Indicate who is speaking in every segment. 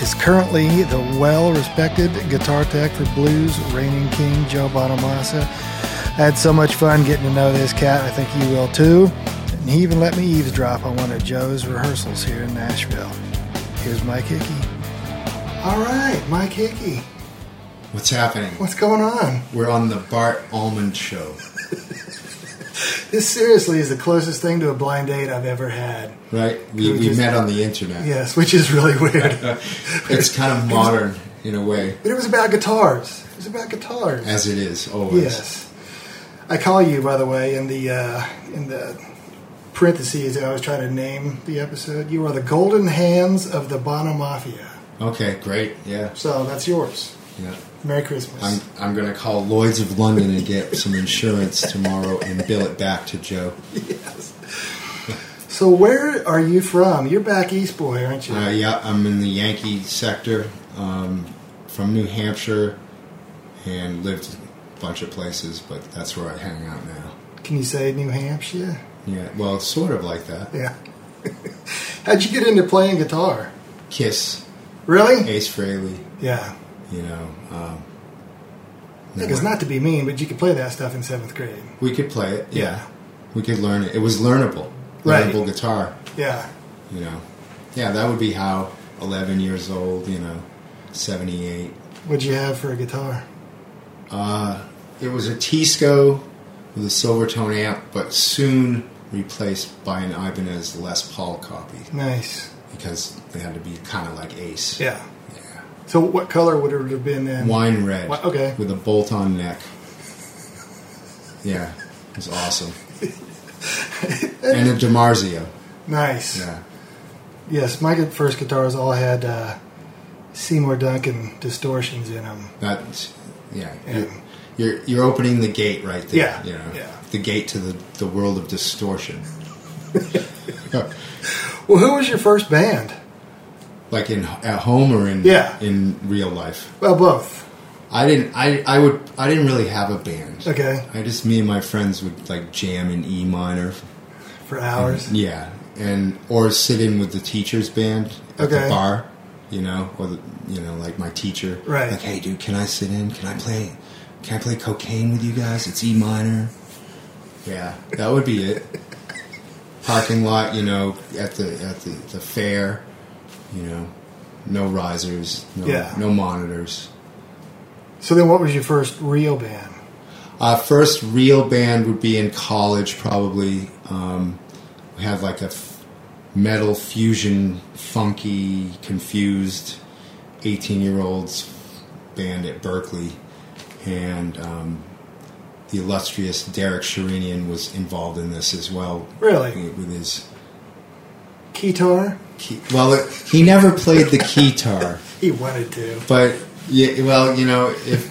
Speaker 1: is currently the well respected guitar tech for blues, reigning king Joe Bonamassa. I had so much fun getting to know this cat, I think you will too. And he even let me eavesdrop on one of Joe's rehearsals here in Nashville. Here's Mike Hickey. All right, Mike Hickey.
Speaker 2: What's happening?
Speaker 1: What's going on?
Speaker 2: We're on the Bart Almond Show.
Speaker 1: This seriously is the closest thing to a blind date I've ever had.
Speaker 2: Right? We,
Speaker 1: We
Speaker 2: we,
Speaker 1: just-
Speaker 2: met on the internet.
Speaker 1: Yes, which is really weird.
Speaker 2: It's kind of modern in a way,
Speaker 1: But it was about guitars. It was about guitars.
Speaker 2: as it is always.
Speaker 1: Yes. I call you, by the way, in the uh, in the parentheses. I was trying to name the episode. You are the golden hands of the Bono Mafia.
Speaker 2: Okay, great. Yeah.
Speaker 1: So that's yours.
Speaker 2: Yeah.
Speaker 1: Merry Christmas.
Speaker 2: I'm I'm gonna call Lloyd's of London and get some insurance tomorrow and bill it back to Joe.
Speaker 1: so where are you from? You're back East Boy, aren't you?
Speaker 2: Uh, yeah, I'm in the Yankee sector, um, from New Hampshire, and lived a bunch of places, but that's where I hang out now.
Speaker 1: Can you say New Hampshire?
Speaker 2: Yeah, well, sort of like that.
Speaker 1: Yeah. How'd you get into playing guitar?
Speaker 2: Kiss,
Speaker 1: Really?
Speaker 2: Ace Frehley,
Speaker 1: Yeah.
Speaker 2: you know. Um,
Speaker 1: Like it's not to be mean, but you could play that stuff in seventh grade.
Speaker 2: We could play it. Yeah.
Speaker 1: Yeah.
Speaker 2: We could learn it. It was learnable.
Speaker 1: Right.
Speaker 2: Learnable guitar,
Speaker 1: Yeah.
Speaker 2: you know. Yeah, that would be how 11 years old, you know, 78.
Speaker 1: What'd you have for a guitar?
Speaker 2: It was a Tisco with a Silvertone amp, but soon replaced by an Ibanez Les Paul copy
Speaker 1: Nice.
Speaker 2: because they had to be kind of like Ace.
Speaker 1: Yeah. So what color would it have been then?
Speaker 2: Wine red.
Speaker 1: Wha- okay.
Speaker 2: With a bolt on neck. Yeah. It was awesome. and a DiMarzio.
Speaker 1: Nice.
Speaker 2: Yeah.
Speaker 1: Yes, my gu- first guitars all had uh, Seymour Duncan distortions in them.
Speaker 2: That, yeah.
Speaker 1: Yeah.
Speaker 2: You're, you're you're opening the gate right there.
Speaker 1: Yeah,
Speaker 2: You know,
Speaker 1: yeah.
Speaker 2: The gate to the, the world of distortion.
Speaker 1: Well, who was your first band?
Speaker 2: like in at home or in
Speaker 1: Yeah.
Speaker 2: in real life.
Speaker 1: Well, both.
Speaker 2: I didn't. I I would. I didn't really have a band.
Speaker 1: Okay,
Speaker 2: I just me and my friends would like jam in E minor.
Speaker 1: for hours.
Speaker 2: Yeah. And or sit in with the teacher's band at
Speaker 1: Okay.
Speaker 2: the bar. You know, or the, you know, like my teacher.
Speaker 1: Right.
Speaker 2: Like, hey, dude, can I sit in? Can I play? Can I play cocaine with you guys? It's E minor. Yeah, that would be it. Parking lot, you know, at the at the, the fair, you know, no risers, no,
Speaker 1: Yeah.
Speaker 2: no monitors.
Speaker 1: So then, what was your first real band?
Speaker 2: Uh, first real band would be in college, probably. Um, we had like a f- metal fusion, funky, confused 18 year olds band at Berkeley. And um, the illustrious Derek Sherinian was involved in this as well.
Speaker 1: Really,
Speaker 2: With his.
Speaker 1: guitar?
Speaker 2: key- Well, it, he never played the guitar.
Speaker 1: He wanted to.
Speaker 2: But yeah, well, you know, if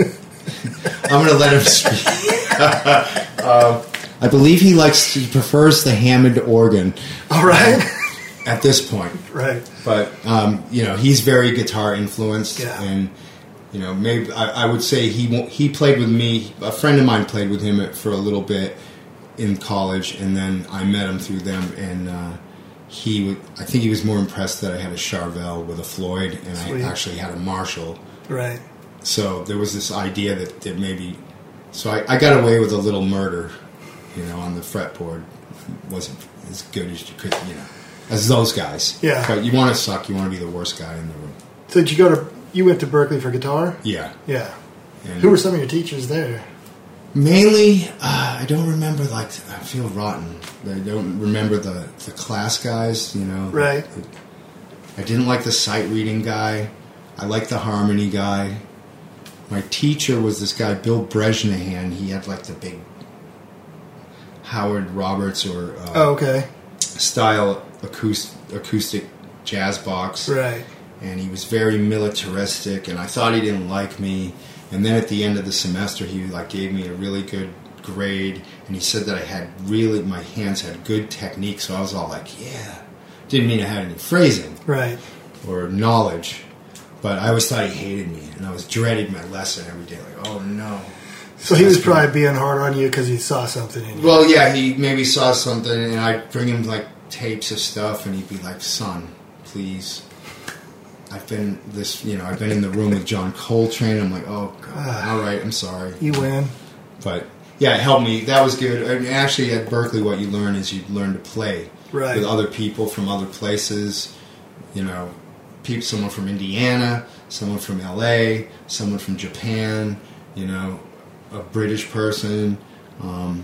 Speaker 2: I'm going to let him speak. um,
Speaker 1: Um,
Speaker 2: I believe he likes he prefers the Hammond organ
Speaker 1: All right,
Speaker 2: at this point.
Speaker 1: right.
Speaker 2: But um, you know, he's very guitar influenced,
Speaker 1: Yeah.
Speaker 2: and you know, maybe I, I would say he won't- he played with me. A friend of mine played with him at, for a little bit in college, and then I met him through them, and uh, he w- I think he was more impressed that I had a Charvel with a Floyd, and
Speaker 1: Sweet.
Speaker 2: I actually had a Marshall.
Speaker 1: Right.
Speaker 2: So there was this idea that, that maybe. So I, I got away with a little murder, you know, on the fretboard wasn't as good as you could, you know, as those guys.
Speaker 3: Yeah.
Speaker 2: But you want to suck. You want to be the worst guy in the room.
Speaker 3: So did you go to you went to Berkeley for guitar?
Speaker 2: Yeah.
Speaker 3: Yeah.
Speaker 2: And
Speaker 3: Who were some of your teachers there?
Speaker 2: mainly? Uh, I don't remember. Like I feel rotten. I don't remember the the class guys. You know.
Speaker 3: Right.
Speaker 2: I didn't like the sight reading guy. I liked the harmony guy. My teacher was this guy, Bill Bresnahan. He had like the big Howard Roberts or uh,
Speaker 3: Oh, okay.
Speaker 2: style acoustic, acoustic jazz box.
Speaker 3: Right.
Speaker 2: And he was very militaristic, and I thought he didn't like me. And then at the end of the semester, he like gave me a really good grade, and he said that I had really my hands had good technique. So I was all like, "Yeah," didn't mean I had any phrasing
Speaker 3: Right.
Speaker 2: or knowledge, but I always thought he hated me, and I was dreading my lesson every day. Like, oh no.
Speaker 3: So he was
Speaker 2: That's good.
Speaker 3: probably being hard on you because he saw something in you.
Speaker 2: Well, yeah, he maybe saw something, and I'd bring him like tapes of stuff, and he'd be like, "Son, please." I've been this, you know, I've been in the room with John Coltrane. I'm like, oh god, all right, I'm sorry,
Speaker 3: You win.
Speaker 2: but yeah, it helped me. That was good. And actually, at Berkeley, what you learn is you learn to play
Speaker 3: Right.
Speaker 2: with other people from other places. You know, people, someone from Indiana, someone from LA, someone from Japan. You know, a British person. Um,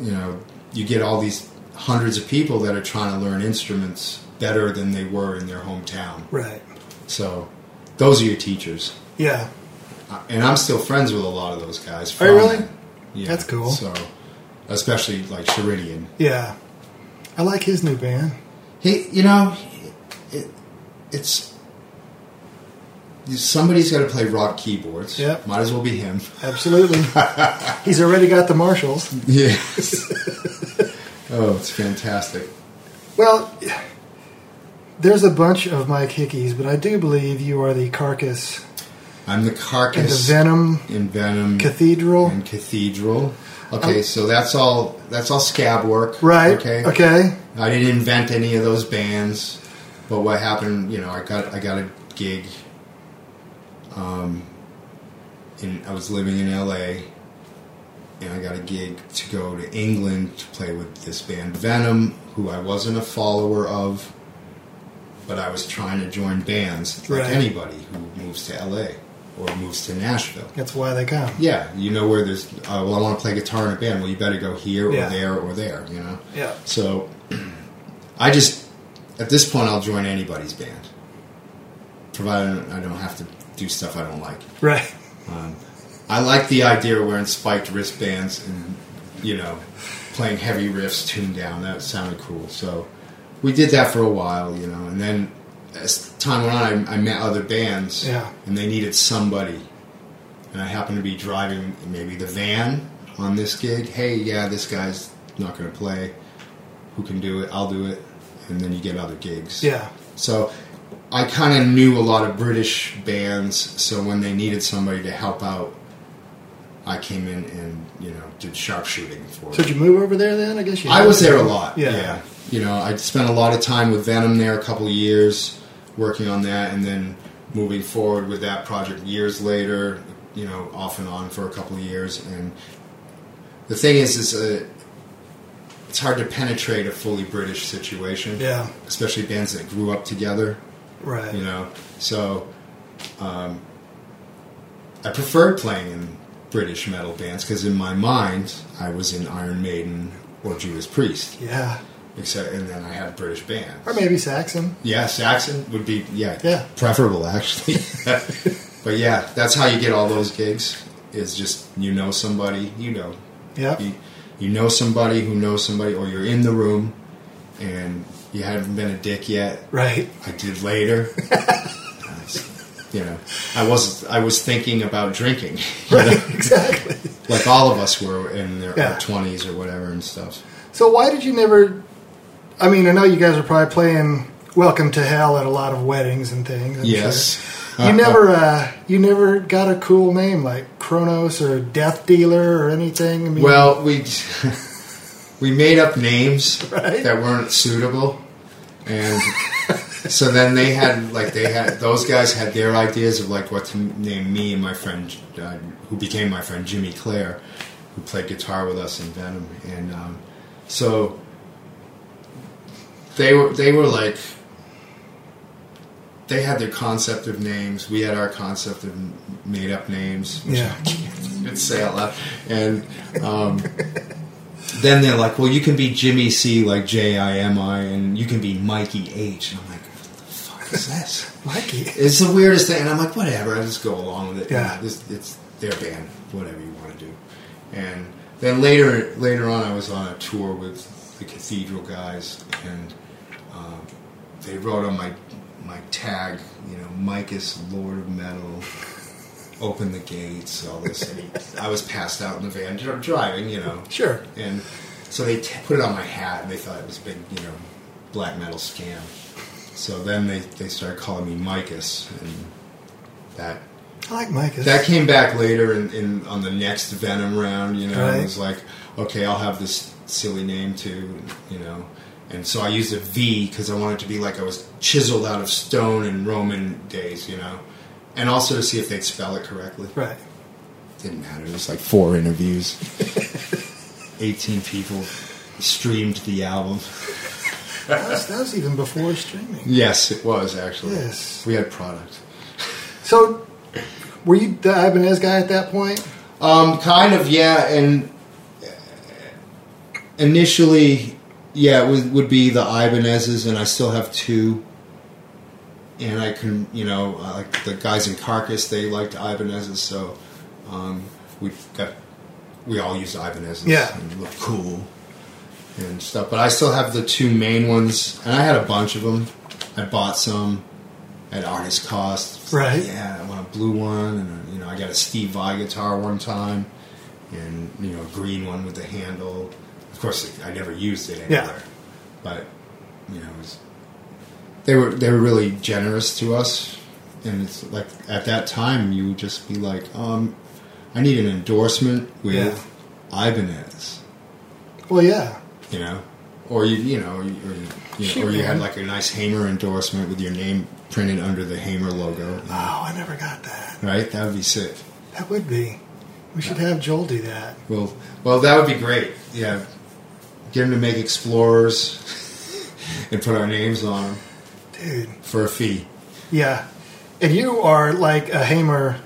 Speaker 2: you know, you get all these hundreds of people that are trying to learn instruments better than they were in their hometown.
Speaker 3: Right.
Speaker 2: So, those are your teachers
Speaker 3: Yeah.
Speaker 2: and I'm still friends with a lot of those guys.
Speaker 3: Are you really?
Speaker 2: from- Yeah,
Speaker 3: That's cool.
Speaker 2: So, especially like Sheridan.
Speaker 3: Yeah. I like his new band.
Speaker 2: He, you know, it, it's somebody's got to play rock keyboards.
Speaker 3: Yep.
Speaker 2: might as well be him.
Speaker 3: Absolutely. He's already got the Marshalls.
Speaker 2: Yes. oh, it's fantastic.
Speaker 3: Well, there's a bunch of Mike Hickey's, but I do believe you are the carcass
Speaker 2: I'm the
Speaker 3: and the
Speaker 2: carcass
Speaker 3: venom
Speaker 2: in Venom
Speaker 3: cathedral.
Speaker 2: and Cathedral. Okay, so that's all. That's all scab work.
Speaker 3: Right.
Speaker 2: Okay.
Speaker 3: Okay.
Speaker 2: I didn't invent any of those bands, but what happened? You know, I got I got a gig. Um, in I was living in L.A. and I got a gig to go to England to play with this band Venom, who I wasn't a follower of, but I was trying to join bands like
Speaker 3: Right.
Speaker 2: anybody who moves to L.A. or moves to Nashville.
Speaker 3: That's why they come.
Speaker 2: Yeah, you know where there's. Uh, well, I want to play guitar in a band. Well, you better go here or
Speaker 3: Yeah.
Speaker 2: there or there. You know.
Speaker 3: Yeah.
Speaker 2: So I just at this point I'll join anybody's band, provided I don't have to do stuff I don't like.
Speaker 3: Right.
Speaker 2: I like the idea of wearing spiked wristbands and you know playing heavy riffs tuned down. That sounded cool. So we did that for a while, you know, and then as time went on, I, I met other bands,
Speaker 3: Yeah.
Speaker 2: and they needed somebody, and I happened to be driving maybe the van on this gig. Hey, yeah, this guy's not going to play. Who can do it? I'll do it, and then you get other gigs.
Speaker 3: Yeah.
Speaker 2: So I kind of knew a lot of British bands, so when they needed somebody to help out, I came in and you know did sharpshooting for
Speaker 3: So
Speaker 2: them.
Speaker 3: did you move over there then? I guess you.
Speaker 2: I was there a lot.
Speaker 3: Yeah.
Speaker 2: Yeah. You know, I spent a lot of time with Venom there, a couple of years working on that, and then moving forward with that project years later. You know, off and on for a couple of years, and the thing is, is uh it's hard to penetrate a fully British situation.
Speaker 3: Yeah.
Speaker 2: Especially bands that grew up together
Speaker 3: Right.
Speaker 2: you know. So, um, I preferred playing in British metal bands because in my mind I was in Iron Maiden or Judas Priest,
Speaker 3: Yeah.
Speaker 2: except and then I had British bands.
Speaker 3: Or maybe Saxon.
Speaker 2: yeah, Saxon would be yeah,
Speaker 3: Yeah.
Speaker 2: preferable actually. but yeah, that's how you get all those gigs. Is just you know somebody, you know,
Speaker 3: Yep.
Speaker 2: you, you know somebody who knows somebody, or you're in the room and you haven't been a dick yet,
Speaker 3: Right.
Speaker 2: I did later. you know, I was I was thinking about drinking, you know,
Speaker 3: Right. exactly.
Speaker 2: like all of us were in their
Speaker 3: Yeah.
Speaker 2: twenties or whatever and stuff.
Speaker 3: So why did you never? I mean, I know you guys are probably playing "Welcome to Hell" at a lot of weddings and things. I'm
Speaker 2: yes,
Speaker 3: sure. You never,
Speaker 2: oh.
Speaker 3: uh, you never got a cool name like Kronos or Death Dealer or anything. I mean,
Speaker 2: well, we we made up names
Speaker 3: Right.
Speaker 2: that weren't suitable, and so then they had like they had those guys had their ideas of like what to name me and my friend uh, who became my friend Jimmy Clare, who played guitar with us in Venom, and um, so they were they were like they had their concept of names. We had our concept of made up names, which
Speaker 1: Yeah.
Speaker 2: I can't say out loud. And um, then they're like, "Well, you can be Jimmy C, like J I M I, and you can be Mikey H." And I'm like, "What the fuck is this?"
Speaker 1: Mikey.
Speaker 2: It's the weirdest thing, and I'm like, whatever. I just go along with it.
Speaker 1: Yeah.
Speaker 2: this, it's their band, whatever you want to do. And then later, later on, I was on a tour with the Cathedral guys, and um, they wrote on my my tag, you know, Mike is Lord of Metal. Open the gates, all this. And I was passed out in the van dri- driving, you know.
Speaker 1: Sure.
Speaker 2: And so they t- put it on my hat, and they thought it was a big, you know, black metal scam. So then they, they started calling me Micus, and that
Speaker 1: I like Micah's.
Speaker 2: that came back later in, in on the next Venom round. You know,
Speaker 1: Right.
Speaker 2: it was like, okay, I'll have this silly name too. You know, and so I used a V because I wanted to be like I was chiseled out of stone in Roman days. You know, and also to see if they'd spell it correctly
Speaker 1: right.
Speaker 2: didn't matter. It was like four interviews. 18 people streamed the album.
Speaker 1: That was, that was even before streaming.
Speaker 2: Yes, it was actually.
Speaker 1: Yes.
Speaker 2: We had product.
Speaker 1: So, were you the Ibanez guy at that point?
Speaker 2: Um, kind of, yeah, and uh, initially, yeah, it would, would be the Ibanezes, and I still have two. And I can, you know, I like the guys in Carcass, they liked Ibanezes, so um, we got, we all used Ibanezes.
Speaker 1: Yeah.
Speaker 2: and looked cool and stuff. But I still have the two main ones, and I had a bunch of them. I bought some at artist cost.
Speaker 1: Right.
Speaker 2: Yeah, I want a blue one, and a, you know, I got a Steve Vai guitar one time, and you know, a green one with the handle. Of course, I never used it
Speaker 1: Yeah.
Speaker 2: anywhere, but you know, it was, they were they were really generous to us, and it's like at that time you would just be like, um, I need an endorsement with Ibanez
Speaker 1: Well, yeah.
Speaker 2: you know, or you you know, or you, or you, you, know, or you had like a nice Hamer endorsement with your name printed under the Hamer logo,
Speaker 1: Oh, I never got that.
Speaker 2: right? That would be sick.
Speaker 1: That would be. We should have Joel do that.
Speaker 2: Well, well, that would be great. Yeah, get them to make explorers and put our names on them
Speaker 1: Dude.
Speaker 2: for a fee.
Speaker 1: Yeah. And you are like a Hamer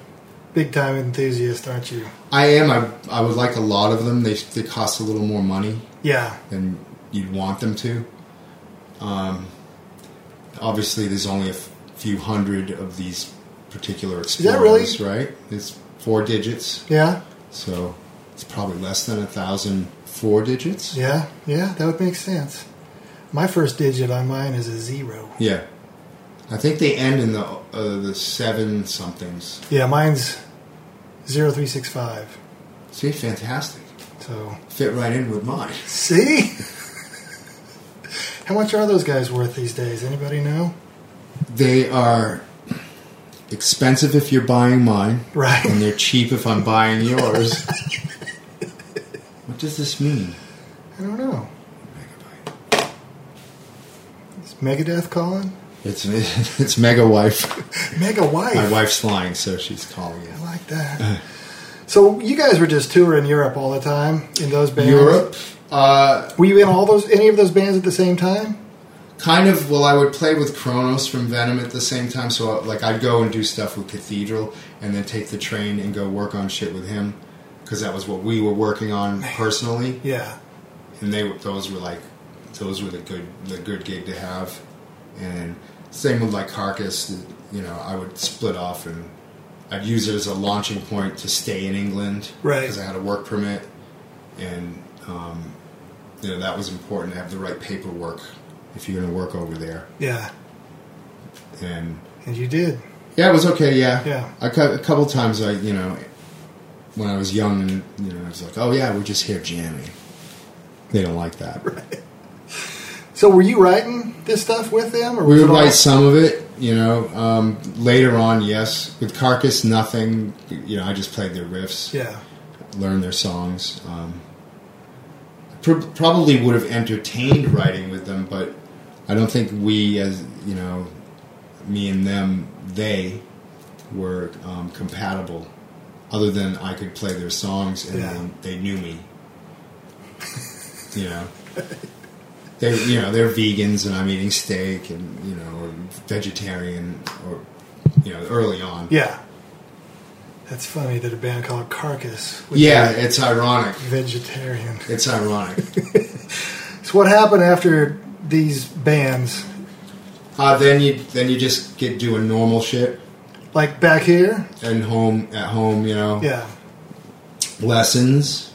Speaker 1: big time enthusiast, aren't you?
Speaker 2: I am. I I would like a lot of them. They they cost a little more money
Speaker 1: Yeah.
Speaker 2: than you'd want them to. Um, obviously, there's only a f- few hundred of these particular
Speaker 1: that really?
Speaker 2: explorers, right? It's four digits,
Speaker 1: Yeah.
Speaker 2: so it's probably less than a thousand four digits.
Speaker 1: Yeah. Yeah. That would make sense. My first digit on mine is a zero.
Speaker 2: Yeah. I think they end in the uh, the seven somethings.
Speaker 1: Yeah, mine's 0365.
Speaker 2: See, fantastic.
Speaker 1: So,
Speaker 2: Fit right in with mine.
Speaker 1: see? How much are those guys worth these days? Anybody know?
Speaker 2: They are expensive if you're buying mine. and
Speaker 1: Right.
Speaker 2: they're cheap if I'm buying yours. what does this mean?
Speaker 1: I don't know. Is Megadeth calling?
Speaker 2: It's it's Mega Wife.
Speaker 1: Mega Wife.
Speaker 2: My wife's flying, so she's calling
Speaker 1: I
Speaker 2: it.
Speaker 1: like that. So you guys were just touring Europe all the time in those bands.
Speaker 2: Europe, uh,
Speaker 1: Were you in all those any of those bands at the same time?
Speaker 2: kind of. Well, I would play with Kronos from Venom at the same time, so uh, like I'd go and do stuff with Cathedral, and then take the train and go work on shit with him, because that was what we were working on personally.
Speaker 1: Yeah.
Speaker 2: and they were- those were like those were the good the good gig to have and same with like carcass you know i would split off and i'd use it as a launching point to stay in england
Speaker 1: Right.
Speaker 2: because i had a work permit and um, you know that was important to have the right paperwork if you're going to work over there
Speaker 1: Yeah.
Speaker 2: and
Speaker 1: And you did.
Speaker 2: yeah, it was okay. Yeah,
Speaker 1: Yeah.
Speaker 2: I cou- a couple times, I you know, when I was young, and you know, I was like, oh yeah, we're just here jamming. They don't like that.
Speaker 1: So were you writing this stuff with them or
Speaker 2: We
Speaker 1: was
Speaker 2: would
Speaker 1: it all-
Speaker 2: write some of it, you know. Um, later on, yes. With Carcass, nothing. You know, I just played their riffs,
Speaker 1: Yeah.
Speaker 2: learned their songs. Um, pr- probably would have entertained writing with them, but I don't think we, as you know, me and them, they were um, compatible. Other than I could play their songs and
Speaker 1: Yeah.
Speaker 2: they, they knew me, you know. they you know they're vegans and I'm eating steak and you know or vegetarian or you know early on.
Speaker 1: Yeah. That's funny that a band called Carcass was
Speaker 2: Yeah, it's ironic.
Speaker 1: vegetarian.
Speaker 2: It's ironic.
Speaker 1: So what happened after these bands?
Speaker 2: uh, then you then you just get doing normal shit
Speaker 1: Like back here?
Speaker 2: and home at home. You know
Speaker 1: Yeah.
Speaker 2: lessons.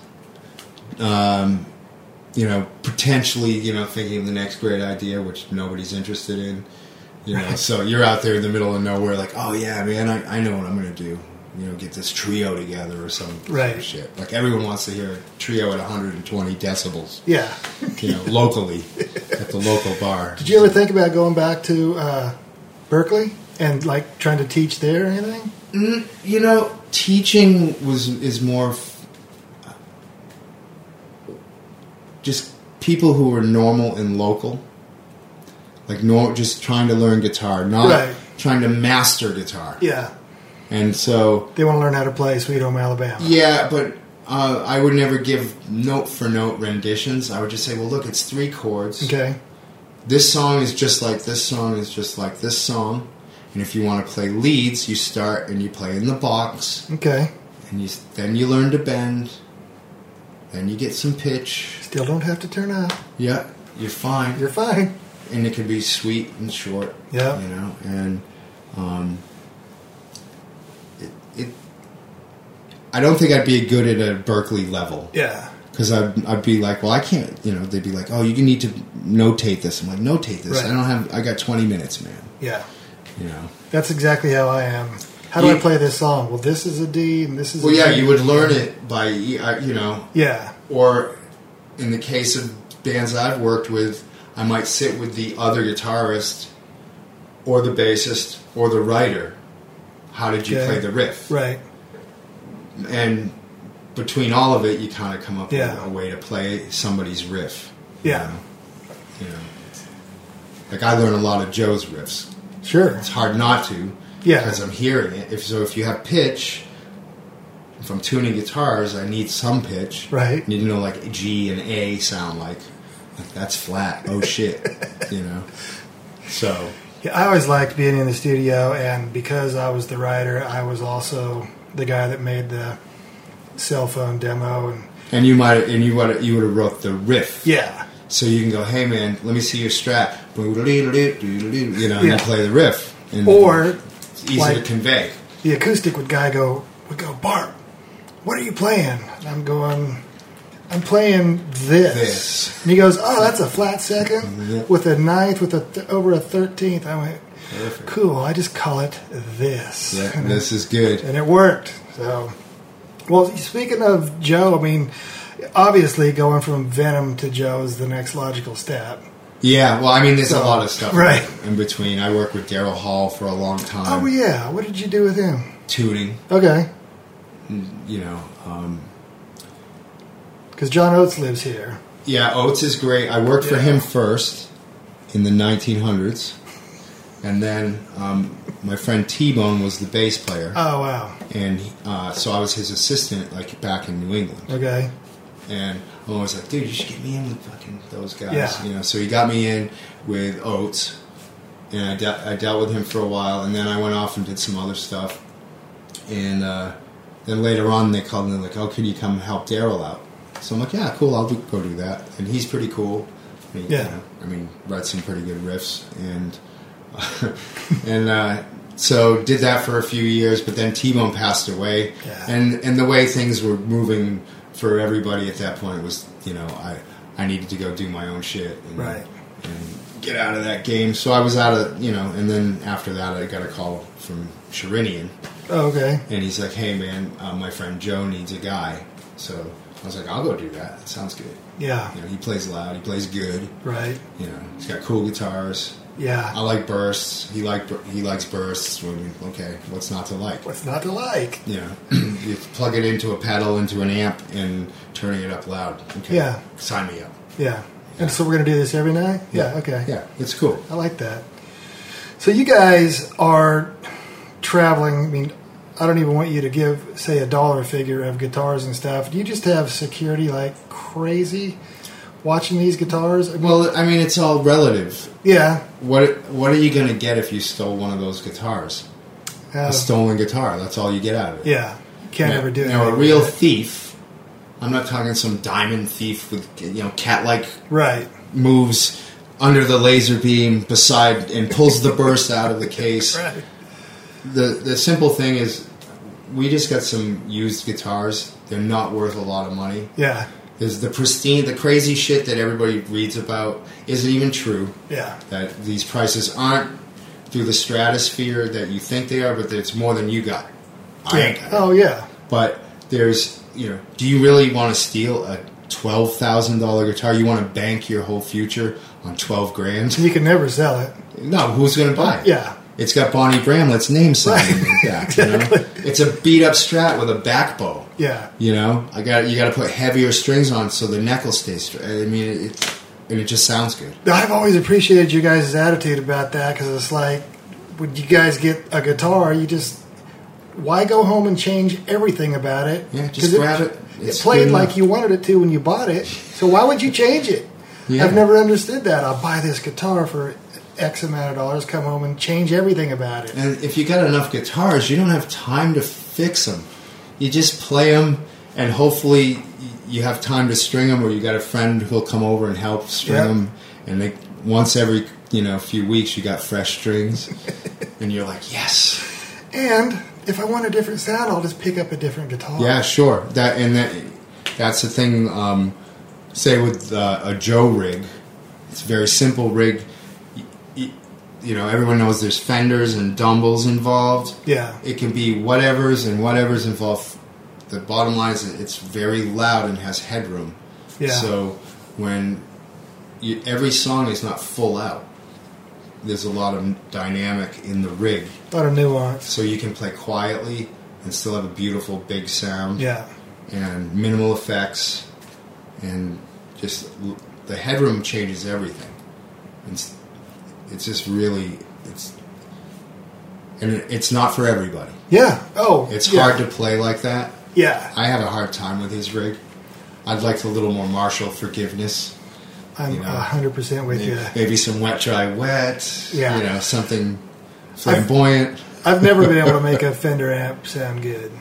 Speaker 2: Um, you know potentially you know thinking of the next great idea, which nobody's interested in. You know, so you're out there in the middle of nowhere, like, oh yeah, man, I, I know what I'm gonna do. You know, get this trio together or some
Speaker 1: Right.
Speaker 2: shit. Like everyone wants to hear a trio at 120 decibels.
Speaker 1: Yeah.
Speaker 2: you know, locally at the local bar.
Speaker 1: Did you ever think about going back to uh, Berkeley and like trying to teach there or anything?
Speaker 2: Mm, you know, teaching was is more f- just people who are normal and local, like nor- just trying to learn guitar, not
Speaker 1: Right.
Speaker 2: trying to master guitar.
Speaker 1: Yeah.
Speaker 2: And so,
Speaker 1: They want to learn how to play Sweet Home Alabama.
Speaker 2: yeah, but. Uh, I would never give note for note renditions. I would just say, "Well, look, it's three chords.
Speaker 1: Okay.
Speaker 2: this song is just like this song is just like this song. And if you want to play leads, you start and you play in the box,
Speaker 1: Okay.
Speaker 2: and you then you learn to bend, then you get some pitch.
Speaker 1: Still don't have to turn up.
Speaker 2: Yep, you're fine.
Speaker 1: You're fine.
Speaker 2: and it can be sweet and short.
Speaker 1: Yeah.
Speaker 2: you know, and um, it, it. I don't think I'd be good at a Berkeley level.
Speaker 1: Yeah.
Speaker 2: Because I'd, I'd be like, well, I can't, you know, they'd be like, oh, you need to notate this. I'm like, notate this.
Speaker 1: Right.
Speaker 2: I don't have, I got 20 minutes, man.
Speaker 1: Yeah.
Speaker 2: You know?
Speaker 1: That's exactly how I am. How do I
Speaker 2: You-
Speaker 1: play this song? Well, this is a D and this is.
Speaker 2: Well,
Speaker 1: a
Speaker 2: yeah,
Speaker 1: G.
Speaker 2: you would learn it by, uh, you know,
Speaker 1: Yeah.
Speaker 2: or in the case of bands I've worked with, I might sit with the other guitarist or the bassist or the writer. How did you
Speaker 1: Okay.
Speaker 2: play the riff?
Speaker 1: Right.
Speaker 2: And between all of it, you kind of come up
Speaker 1: Yeah.
Speaker 2: with a way to play somebody's riff.
Speaker 1: Yeah.
Speaker 2: You know, like I learn a lot of Joe's riffs.
Speaker 1: Sure.
Speaker 2: It's hard not to.
Speaker 1: Yeah.
Speaker 2: Because I'm hearing it. If so, if you have pitch, if I'm tuning guitars, I need some pitch.
Speaker 1: Right.
Speaker 2: Need to know like G and A sound like. Like that's flat. Oh shit. you know. So
Speaker 1: Yeah, I always liked being in the studio, and because I was the writer, I was also the guy that made the cell phone demo. And
Speaker 2: and you might and you would you would have wrote the riff.
Speaker 1: yeah,
Speaker 2: So you can go, hey man, let me see your strat. Boo-da-dee-da-dee, You know, and
Speaker 1: Yeah.
Speaker 2: you play the riff. And
Speaker 1: or
Speaker 2: it's easy to
Speaker 1: like-
Speaker 2: convey.
Speaker 1: the acoustic would guy go would go Bart, what are you playing? And I'm going, I'm playing this.
Speaker 2: This. Mm-hmm.
Speaker 1: And he goes, oh, that's a flat second
Speaker 2: Yeah.
Speaker 1: with a ninth with a th- over a thirteenth. I went,
Speaker 2: Perfect.
Speaker 1: cool. I just call it this.
Speaker 2: Yeah,
Speaker 1: And
Speaker 2: this is good.
Speaker 1: and it worked. So, well, speaking of Joe, I mean, obviously going from Venom to Joe is the next logical step.
Speaker 2: Yeah, well, I mean, there's
Speaker 1: So-
Speaker 2: a lot of stuff
Speaker 1: right.
Speaker 2: in between. I worked with Daryl Hall for a long time.
Speaker 1: oh yeah, what did you do with him?
Speaker 2: tuning,
Speaker 1: Okay,
Speaker 2: you know. Um,
Speaker 1: because John Oates lives here.
Speaker 2: yeah, Oates is great. I worked for
Speaker 1: Yeah.
Speaker 2: him first in the 1900s. And then um, my friend T Bone was the bass player.
Speaker 1: Oh wow.
Speaker 2: And uh, so I was his assistant, like back in New England.
Speaker 1: Okay.
Speaker 2: And I'm always like, dude, you should get me in with fucking those guys.
Speaker 1: Yeah.
Speaker 2: You know, so he got me in with Oates. And I, de- I dealt with him for a while. And then I went off and did some other stuff. And uh, then later on, they called and they're like, "Oh, can you come help Daryl out?" So I'm like, "Yeah, cool. I'll do, go do that." And he's pretty cool. I mean,
Speaker 1: Yeah.
Speaker 2: you know, I mean, writes some pretty good riffs, and and uh, so did that for a few years. But then T-Bone passed away,
Speaker 1: Yeah.
Speaker 2: and and the way things were moving for everybody at that point was, you know, I I needed to go do my own shit, and,
Speaker 1: Right.
Speaker 2: And get out of that game. So I was out of, you know, and then after that, I got a call from Sherinian
Speaker 1: Oh, okay.
Speaker 2: and he's like, "Hey, man, uh, my friend Joe needs a guy." So I was like, "I'll go do that. That sounds good."
Speaker 1: Yeah.
Speaker 2: You know, he plays loud. He plays good.
Speaker 1: Right.
Speaker 2: You know, he's got cool guitars. I
Speaker 1: Yeah.
Speaker 2: like bursts. He like bur- he likes bursts. Well, I mean, okay, what's not to like?
Speaker 1: What's not to like?
Speaker 2: You know, you plug it into a pedal, into an amp, and turning it up loud. Okay,
Speaker 1: Yeah.
Speaker 2: sign me up.
Speaker 1: Yeah. And so we're gonna do this every night. Yeah. okay.
Speaker 2: Yeah, it's cool.
Speaker 1: I like that. So you guys are traveling. I mean, I don't even want you to give, say, a dollar figure of guitars and stuff. Do you just have security like crazy, watching these guitars. I mean,
Speaker 2: Well, I mean, it's all relative.
Speaker 1: yeah,
Speaker 2: What What are you going to get if you stole one of those guitars?
Speaker 1: uh,
Speaker 2: A stolen guitar. That's all you get out of it.
Speaker 1: yeah, can't
Speaker 2: Now-
Speaker 1: ever do it.
Speaker 2: Now, a real thief. I'm not talking some diamond thief with you know cat-like
Speaker 1: right?
Speaker 2: moves under the laser beam beside and pulls the burst out of the case.
Speaker 1: Right.
Speaker 2: The the simple thing is, we just got some used guitars. They're not worth a lot of money.
Speaker 1: Yeah,
Speaker 2: There's the pristine, the crazy shit that everybody reads about isn't even true.
Speaker 1: yeah,
Speaker 2: That these prices aren't through the stratosphere that you think they are, but that it's more than you got. I ain't
Speaker 1: yeah.
Speaker 2: got it.
Speaker 1: Oh yeah,
Speaker 2: But there's, you know, do you really want to steal a twelve thousand dollar guitar? You want to bank your whole future on twelve grand?
Speaker 1: you can never sell it.
Speaker 2: No, who's going to buy it?
Speaker 1: Yeah,
Speaker 2: it's got Bonnie Bramlett's name signed on the back. You know, it's a beat up Strat with a back bow.
Speaker 1: yeah,
Speaker 2: You know, I got you got to put heavier strings on so the neck will stay straight. I mean, it, and it just sounds good.
Speaker 1: I've always appreciated you guys' attitude about that because it's like when you guys get a guitar, you just why go home and change everything about it?
Speaker 2: Yeah, just
Speaker 1: 'Cause
Speaker 2: grab it.
Speaker 1: It
Speaker 2: It's
Speaker 1: played
Speaker 2: good
Speaker 1: like
Speaker 2: enough.
Speaker 1: you wanted it to when you bought it, so why would you change it?
Speaker 2: Yeah.
Speaker 1: I've never understood that. I'll buy this guitar for X amount of dollars, come home and change everything about it.
Speaker 2: And if you got enough guitars, you don't have time to fix them. You just play them, and hopefully y- you have time to string them, or you got a friend who'll come over and help string
Speaker 1: Yeah.
Speaker 2: them. And they, once every you know few weeks, you got fresh strings, and you're like, yes.
Speaker 1: And if I want a different sound, I'll just pick up a different guitar.
Speaker 2: Yeah, sure. That and that, that's the thing. Um, say with uh, a Joe rig, it's a very simple rig. Y- y- You know, everyone knows there's fenders and dumbles involved.
Speaker 1: Yeah.
Speaker 2: It can be whatever's and whatever's involved. The bottom line is that it's very loud and has headroom.
Speaker 1: Yeah.
Speaker 2: So when you, every song is not full out, there's a lot of dynamic in the rig,
Speaker 1: A lot of nuance.
Speaker 2: so you can play quietly and still have a beautiful big sound
Speaker 1: Yeah.
Speaker 2: and minimal effects, and just l- the headroom changes everything. It's it's just really it's and it- it's not for everybody.
Speaker 1: Yeah. Oh.
Speaker 2: It's
Speaker 1: yeah.
Speaker 2: hard to play like that.
Speaker 1: Yeah.
Speaker 2: I had a hard time with his rig. I'd like a little more martial forgiveness.
Speaker 1: I'm
Speaker 2: you know,
Speaker 1: hundred percent with
Speaker 2: Maybe,
Speaker 1: you.
Speaker 2: maybe some wet, dry, wet.
Speaker 1: Yeah.
Speaker 2: You know, something flamboyant.
Speaker 1: I've never been able to make a Fender amp sound good.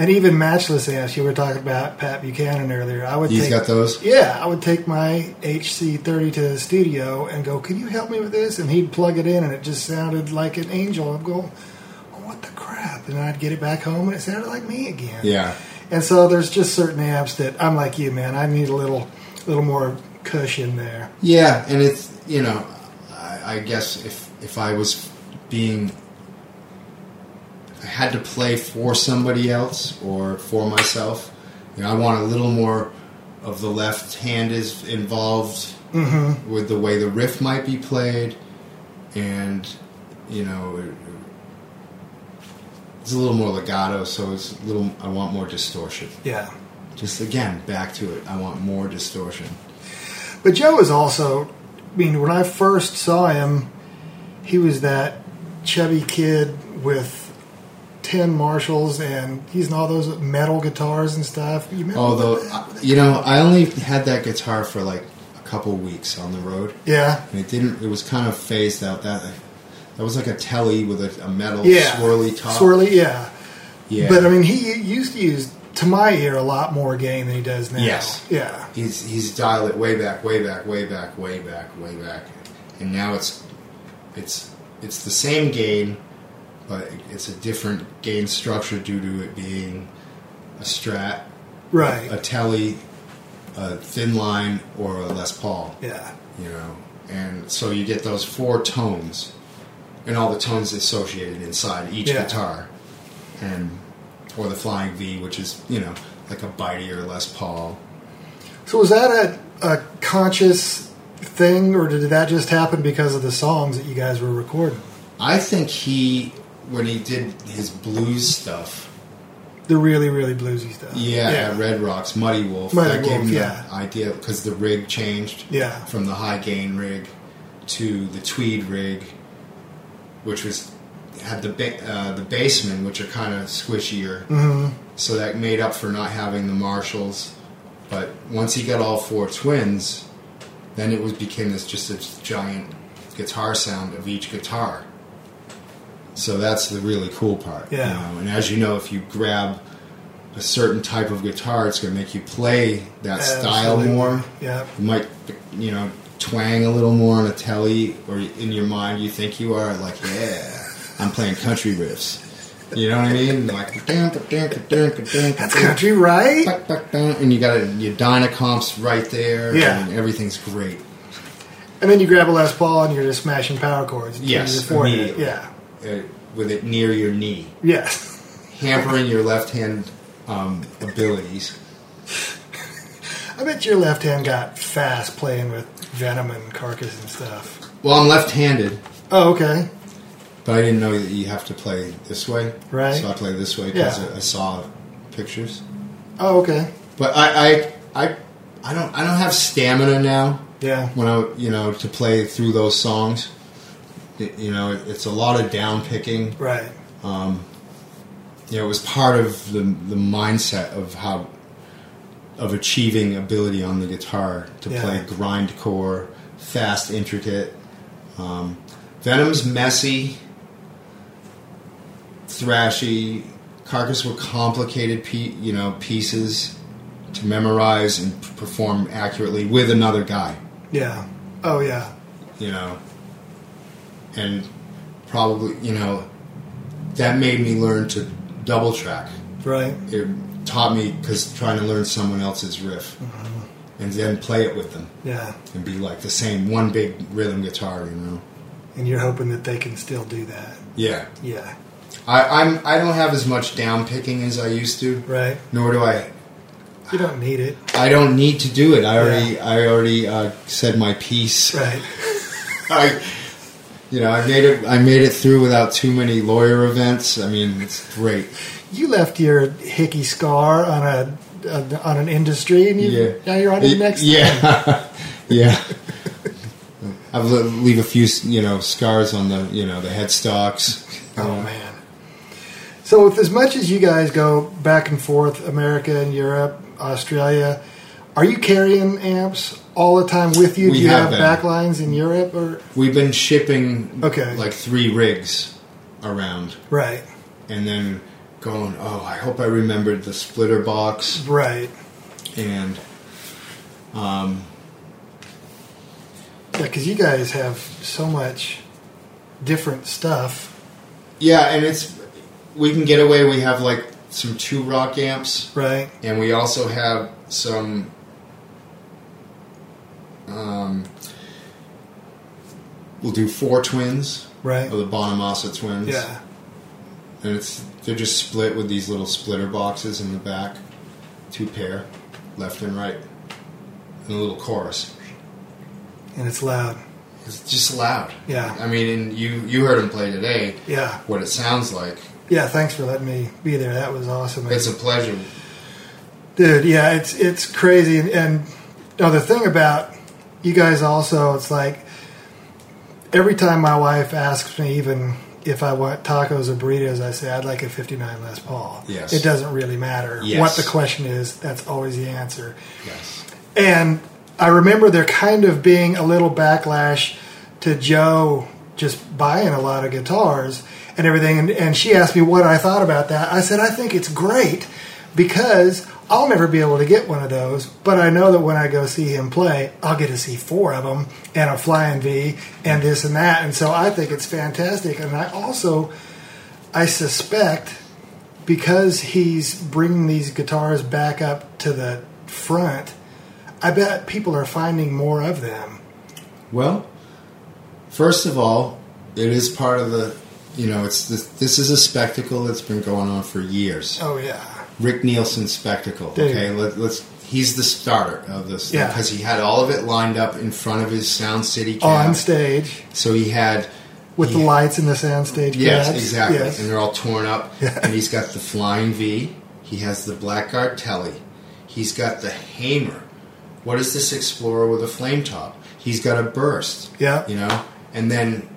Speaker 1: And even matchless amps, you were talking about Pat Buchanan earlier. I would
Speaker 2: He's
Speaker 1: take,
Speaker 2: got those?
Speaker 1: Yeah, I would take my HC30 to the studio and go, "Can you help me with this?" And he'd plug it in, and it just sounded like an angel. I'd go, oh, "What the crap?" And I'd get it back home, and it sounded like me again.
Speaker 2: Yeah.
Speaker 1: And so there's just certain amps that I'm like you, man. I need a little, little more cushion there.
Speaker 2: Yeah, and it's you know, I, I guess if if I was being, if I had to play for somebody else or for myself. You know, I want a little more of the left hand is involved
Speaker 1: Mm-hmm.
Speaker 2: with the way the riff might be played, and you know. It, it's a little more legato, so it's a little. I want more distortion.
Speaker 1: Yeah.
Speaker 2: Just again, back to it. I want more distortion.
Speaker 1: But Joe is also, I mean, when I first saw him, he was that chubby kid with 10 Marshalls and he's in all those metal guitars and stuff. You remember
Speaker 2: Although,
Speaker 1: that?
Speaker 2: I- you know, I only had that guitar for like a couple weeks on the road,
Speaker 1: Yeah,
Speaker 2: and it didn't. It was kind of phased out. That that was like a telly with a, a metal
Speaker 1: yeah.
Speaker 2: swirly top.
Speaker 1: Swirly, yeah.
Speaker 2: Yeah,
Speaker 1: But um, I mean, he used to use, to my ear, a lot more gain than he does now.
Speaker 2: Yes.
Speaker 1: Yeah.
Speaker 2: he's he's dialed it way back, way back, way back, way back, way back, and now it's it's it's the same gain, but it's a different gain structure due to it being a Strat,
Speaker 1: Right.
Speaker 2: a Telly, a Thin Line, or a Les Paul.
Speaker 1: yeah.
Speaker 2: you know and so you get those four tones and all the tones associated inside each
Speaker 1: Yeah.
Speaker 2: guitar and or the flying v which is you know like a bitey or les paul
Speaker 1: So was that a, a conscious thing or did that just happen because of the songs that you guys were recording?
Speaker 2: i think he when he did his blues stuff
Speaker 1: The really, really bluesy stuff.
Speaker 2: yeah, at red rocks muddy wolf
Speaker 1: Muddy
Speaker 2: that gave
Speaker 1: Wolf,
Speaker 2: him
Speaker 1: yeah.
Speaker 2: the idea because the rig changed
Speaker 1: Yeah.
Speaker 2: from the high gain rig to the tweed rig, which was had the ba- uh, the
Speaker 1: Mm-hmm.
Speaker 2: basemen, which are kind of squishier. So that made up for not having the Marshalls But once he got all four twins, then it was became this just this giant guitar sound of each guitar. So that's the really cool part.
Speaker 1: Yeah.
Speaker 2: You know? And as you know, if you grab a certain type of guitar, it's going to make you play that style
Speaker 1: Absolutely.
Speaker 2: more.
Speaker 1: Yeah.
Speaker 2: You might, you know, twang a little more on a telly, or in your mind you think you are like, yeah, I'm playing country riffs. You know what I mean? Like,
Speaker 1: That's country, right?
Speaker 2: and you got it, your Dynacomps right there.
Speaker 1: Yeah.
Speaker 2: and everything's great.
Speaker 1: And then you grab a Les Paul and you're just smashing power chords. until
Speaker 2: Yes,
Speaker 1: you afford it.
Speaker 2: immediately.
Speaker 1: Yeah.
Speaker 2: uh, with it near your knee,
Speaker 1: Yeah.
Speaker 2: hampering your left hand um, abilities.
Speaker 1: I bet your left hand got fast playing with Venom and Carcass and stuff.
Speaker 2: Well, I'm left-handed,
Speaker 1: Oh, okay.
Speaker 2: but I didn't know that you have to play this way.
Speaker 1: Right.
Speaker 2: So I play this way because
Speaker 1: Yeah.
Speaker 2: I, I saw pictures.
Speaker 1: Oh, okay.
Speaker 2: But I, I, I, I don't, I don't have stamina now.
Speaker 1: Yeah.
Speaker 2: When I, you know, to play through those songs, It- you know, it, it's a lot of down picking.
Speaker 1: Right.
Speaker 2: You know, it was part of the the mindset of how of achieving ability on the guitar to
Speaker 1: Yeah.
Speaker 2: play grindcore, fast, intricate. Um, Venom's messy, thrashy. Carcass were complicated, pe- you know, pieces to memorize and p- perform accurately with another guy,
Speaker 1: Yeah. Oh, yeah.
Speaker 2: you know, and probably, you know, that made me learn to double track
Speaker 1: Right.
Speaker 2: it taught me because trying to learn someone else's riff and then play it with them
Speaker 1: Yeah.
Speaker 2: and be like the same one big rhythm guitar you know
Speaker 1: And you're hoping that they can still do that.
Speaker 2: yeah
Speaker 1: Yeah.
Speaker 2: I, I'm I don't have as much down picking as I used to
Speaker 1: Right.
Speaker 2: nor do I
Speaker 1: You don't need it.
Speaker 2: I don't need to do it I already I already uh, said my piece
Speaker 1: Right.
Speaker 2: I you know I made it I made it through without too many lawyer events I mean it's great
Speaker 1: You left your hickey scar on a, a on an industry, and you
Speaker 2: Yeah.
Speaker 1: now you're on to the next.
Speaker 2: Yeah. yeah. I leave a few, you know, scars on the, you know, the headstocks.
Speaker 1: Oh man. So with as much as you guys go back and forth, America and Europe, Australia, are you carrying amps all the time with you?
Speaker 2: We
Speaker 1: Do you
Speaker 2: have
Speaker 1: have,
Speaker 2: been.
Speaker 1: backlines in Europe or
Speaker 2: We've been shipping
Speaker 1: Okay.
Speaker 2: like three rigs around
Speaker 1: right,
Speaker 2: and then going, oh, I hope I remembered the splitter box
Speaker 1: right?
Speaker 2: and um,
Speaker 1: Yeah, because you guys have so much different stuff.
Speaker 2: yeah, and it's we can get away. We have like some two rock amps
Speaker 1: Right,
Speaker 2: and we also have some um, we'll do four twins
Speaker 1: right.
Speaker 2: Or the Bonamassa twins.
Speaker 1: Yeah,
Speaker 2: And it's they're just split with these little splitter boxes in the back. Two pair, left and right. And a little chorus.
Speaker 1: and it's loud.
Speaker 2: It's just loud.
Speaker 1: Yeah.
Speaker 2: I mean and you you heard him play today
Speaker 1: Yeah,
Speaker 2: what it sounds like.
Speaker 1: yeah. Thanks for letting me be there. That was awesome.
Speaker 2: It's a pleasure.
Speaker 1: dude yeah it's it's crazy and, and no, the thing about you guys also it's like every time my wife asks me even if I want tacos or burritos, I say I'd like a 59 Les Paul.
Speaker 2: Yes.
Speaker 1: It doesn't really matter
Speaker 2: Yes.
Speaker 1: what the question is. That's always the answer.
Speaker 2: Yes.
Speaker 1: And I remember there kind of being a little backlash to Joe just buying a lot of guitars and everything. And, and she asked me what I thought about that. I said, I think it's great because I'll never be able to get one of those, but I know that when I go see him play, I'll get to see four of them and a flying V and this and that. And so I think it's fantastic. And I also, I suspect because he's bringing these guitars back up to the front, I bet people are finding more of them.
Speaker 2: Well, first of all, it is part of the you know, it's this, this is a spectacle that's been going on for years.
Speaker 1: Oh yeah,
Speaker 2: Rick Nielsen spectacle.
Speaker 1: Dude.
Speaker 2: Okay, let, let's. He's the starter of this
Speaker 1: Yeah.
Speaker 2: because he had all of it lined up in front of his Sound City cab.
Speaker 1: on stage
Speaker 2: so he had
Speaker 1: with the
Speaker 2: Yeah.
Speaker 1: lights and the soundstage.
Speaker 2: yes,
Speaker 1: cabs.
Speaker 2: exactly,
Speaker 1: Yes.
Speaker 2: and they're all torn up. And he's got the flying V. He has the blackguard telly. He's got the Hamer. What is this Explorer with a flame top? He's got a burst.
Speaker 1: Yeah.
Speaker 2: you know, and then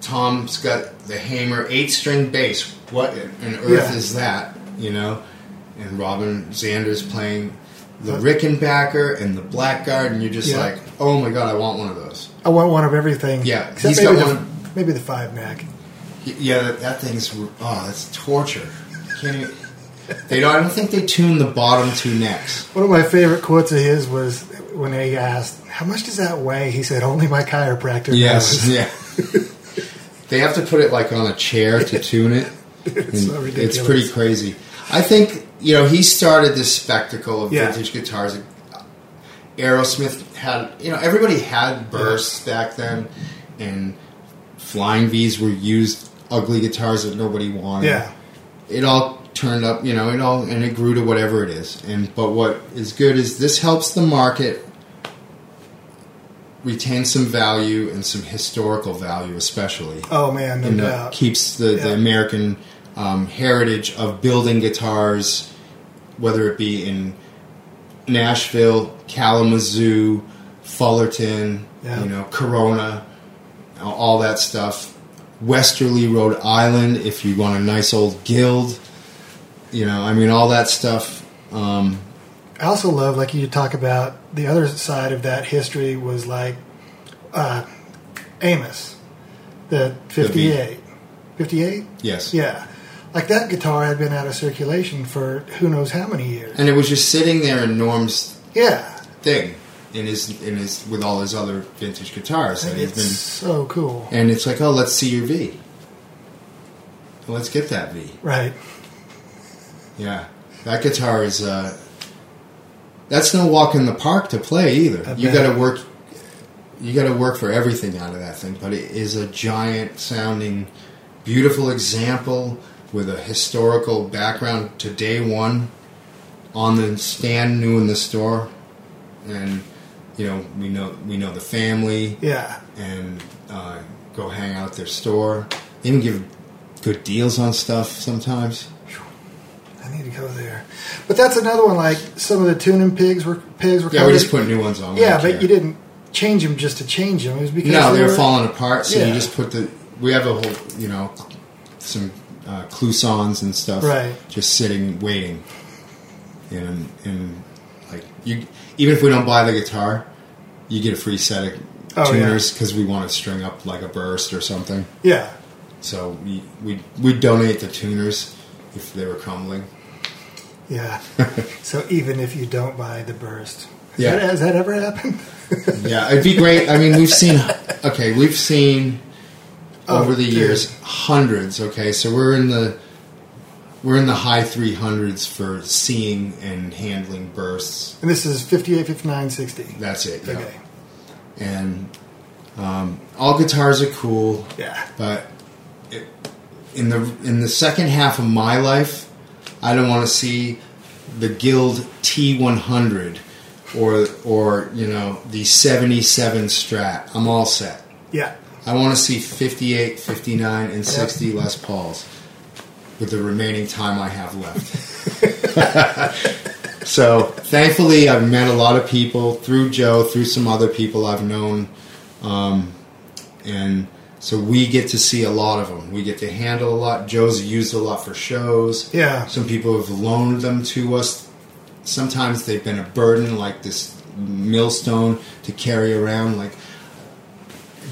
Speaker 2: Tom's got the Hamer eight string bass. What on earth
Speaker 1: Yeah.
Speaker 2: is that? You know, and Robin Xander's playing the Rickenbacker and the Blackguard, and you're just
Speaker 1: Yeah.
Speaker 2: like, oh my god, I want one of those.
Speaker 1: I want one of everything.
Speaker 2: Yeah,
Speaker 1: except
Speaker 2: he's
Speaker 1: maybe
Speaker 2: got
Speaker 1: the,
Speaker 2: one
Speaker 1: Maybe the five neck.
Speaker 2: Y- Yeah, that, that thing's oh, that's torture. Can't even, they don't. I don't think they tune the bottom two necks.
Speaker 1: One of my favorite quotes of his was when they asked, "How much does that weigh?" He said, "Only my chiropractor knows."
Speaker 2: yeah. they have to put it like on a chair to tune it.
Speaker 1: It's so
Speaker 2: And
Speaker 1: ridiculous.
Speaker 2: It's pretty crazy. I think you know he started this spectacle of
Speaker 1: Yeah.
Speaker 2: vintage guitars. Aerosmith had you know everybody had bursts back then, and flying V's were used ugly guitars that nobody wanted.
Speaker 1: Yeah,
Speaker 2: it all turned up, you know, it all and it grew to whatever it is. And but what is good is this helps the market retain some value and some historical value, especially,
Speaker 1: Oh man, no
Speaker 2: and uh,
Speaker 1: doubt.
Speaker 2: keeps the,
Speaker 1: Yeah.
Speaker 2: the American um, heritage of building guitars, whether it be in Nashville, Kalamazoo, Fullerton,
Speaker 1: Yeah.
Speaker 2: you know, Corona, all that stuff. Westerly, Rhode Island, if you want a nice old guild, you know, I mean, all that stuff. Um,
Speaker 1: I also love like you talk about the other side of that history was like uh, Amos, the
Speaker 2: V.
Speaker 1: 58. 58?
Speaker 2: yes.
Speaker 1: Yeah. Like that guitar had been out of circulation for who knows how many years.
Speaker 2: And it was just sitting there in Norm's
Speaker 1: Yeah.
Speaker 2: thing, in his, in his, with all his other vintage guitars that he's
Speaker 1: It's
Speaker 2: been
Speaker 1: so cool.
Speaker 2: And it's like, oh, let's see your V. Let's get that V.
Speaker 1: Right.
Speaker 2: Yeah. That guitar is, uh, that's no walk in the park to play either.
Speaker 1: I
Speaker 2: you
Speaker 1: bet.
Speaker 2: gotta work, you gotta work for everything out of that thing, but it is a giant sounding, beautiful example with a historical background to day one on the stand new in the store. And, you know, we know, we know the family
Speaker 1: Yeah.
Speaker 2: and uh, go hang out at their store. They even give good deals on stuff sometimes.
Speaker 1: I need to go there. But that's another one like some of the tuning pigs were pigs were
Speaker 2: Yeah, we
Speaker 1: covered-
Speaker 2: just put new ones on. We
Speaker 1: Yeah,
Speaker 2: don't
Speaker 1: but
Speaker 2: care.
Speaker 1: you didn't change them just to change them. It was because
Speaker 2: No, they were
Speaker 1: were-
Speaker 2: falling apart. So
Speaker 1: Yeah.
Speaker 2: you just put the. We have a whole, you know, some uh, clousons and stuff,
Speaker 1: Right.
Speaker 2: Just sitting waiting, and and like you, even if we don't buy the guitar, you get a free set of
Speaker 1: Oh, yeah.
Speaker 2: tuners because we want to string up like a burst or something.
Speaker 1: Yeah.
Speaker 2: So we we we donate the tuners if they were crumbling.
Speaker 1: Yeah. so even if you don't buy the burst, has,
Speaker 2: Yeah.
Speaker 1: that, has that ever happened?
Speaker 2: Yeah, it'd be great. I mean, we've seen okay, we've seen over
Speaker 1: Oh,
Speaker 2: the
Speaker 1: dude.
Speaker 2: years hundreds. Okay, so we're in the we're in the high three hundreds for seeing and handling bursts.
Speaker 1: And this is 58, 59, 60.
Speaker 2: That's it. Yeah.
Speaker 1: okay.
Speaker 2: And um, all guitars are cool,
Speaker 1: Yeah.
Speaker 2: but it, in the in the second half of my life, I don't want to see the Guild T one hundred or or you know the seventy seven Strat. I'm all set.
Speaker 1: Yeah.
Speaker 2: I want to see 58, 59, and 60 Les Pauls with the remaining time I have left. so, thankfully, I've met a lot of people through Joe, through some other people I've known. Um, and so we get to see a lot of them. We get to handle a lot. Joe's used a lot for shows.
Speaker 1: Yeah.
Speaker 2: Some people have loaned them to us. Sometimes they've been a burden, like this millstone to carry around, like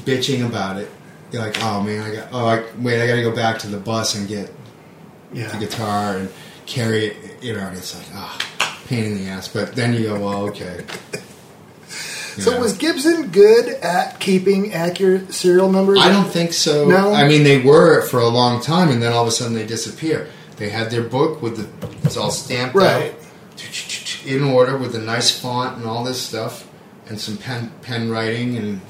Speaker 2: bitching about it. You're like, oh man, I got, oh I, wait, I gotta go back to the bus and get the
Speaker 1: Yeah.
Speaker 2: guitar and carry it, you know. And it's like, ah, pain in the ass. But then you go, well, okay. You
Speaker 1: So
Speaker 2: know.
Speaker 1: was Gibson good at keeping accurate serial numbers?
Speaker 2: I don't think so.
Speaker 1: No?
Speaker 2: I mean, they were for a long time, and then all of a sudden they disappear. They had their book with the it's all stamped
Speaker 1: Right.
Speaker 2: out in order with a nice font and all this stuff, and some pen pen writing, and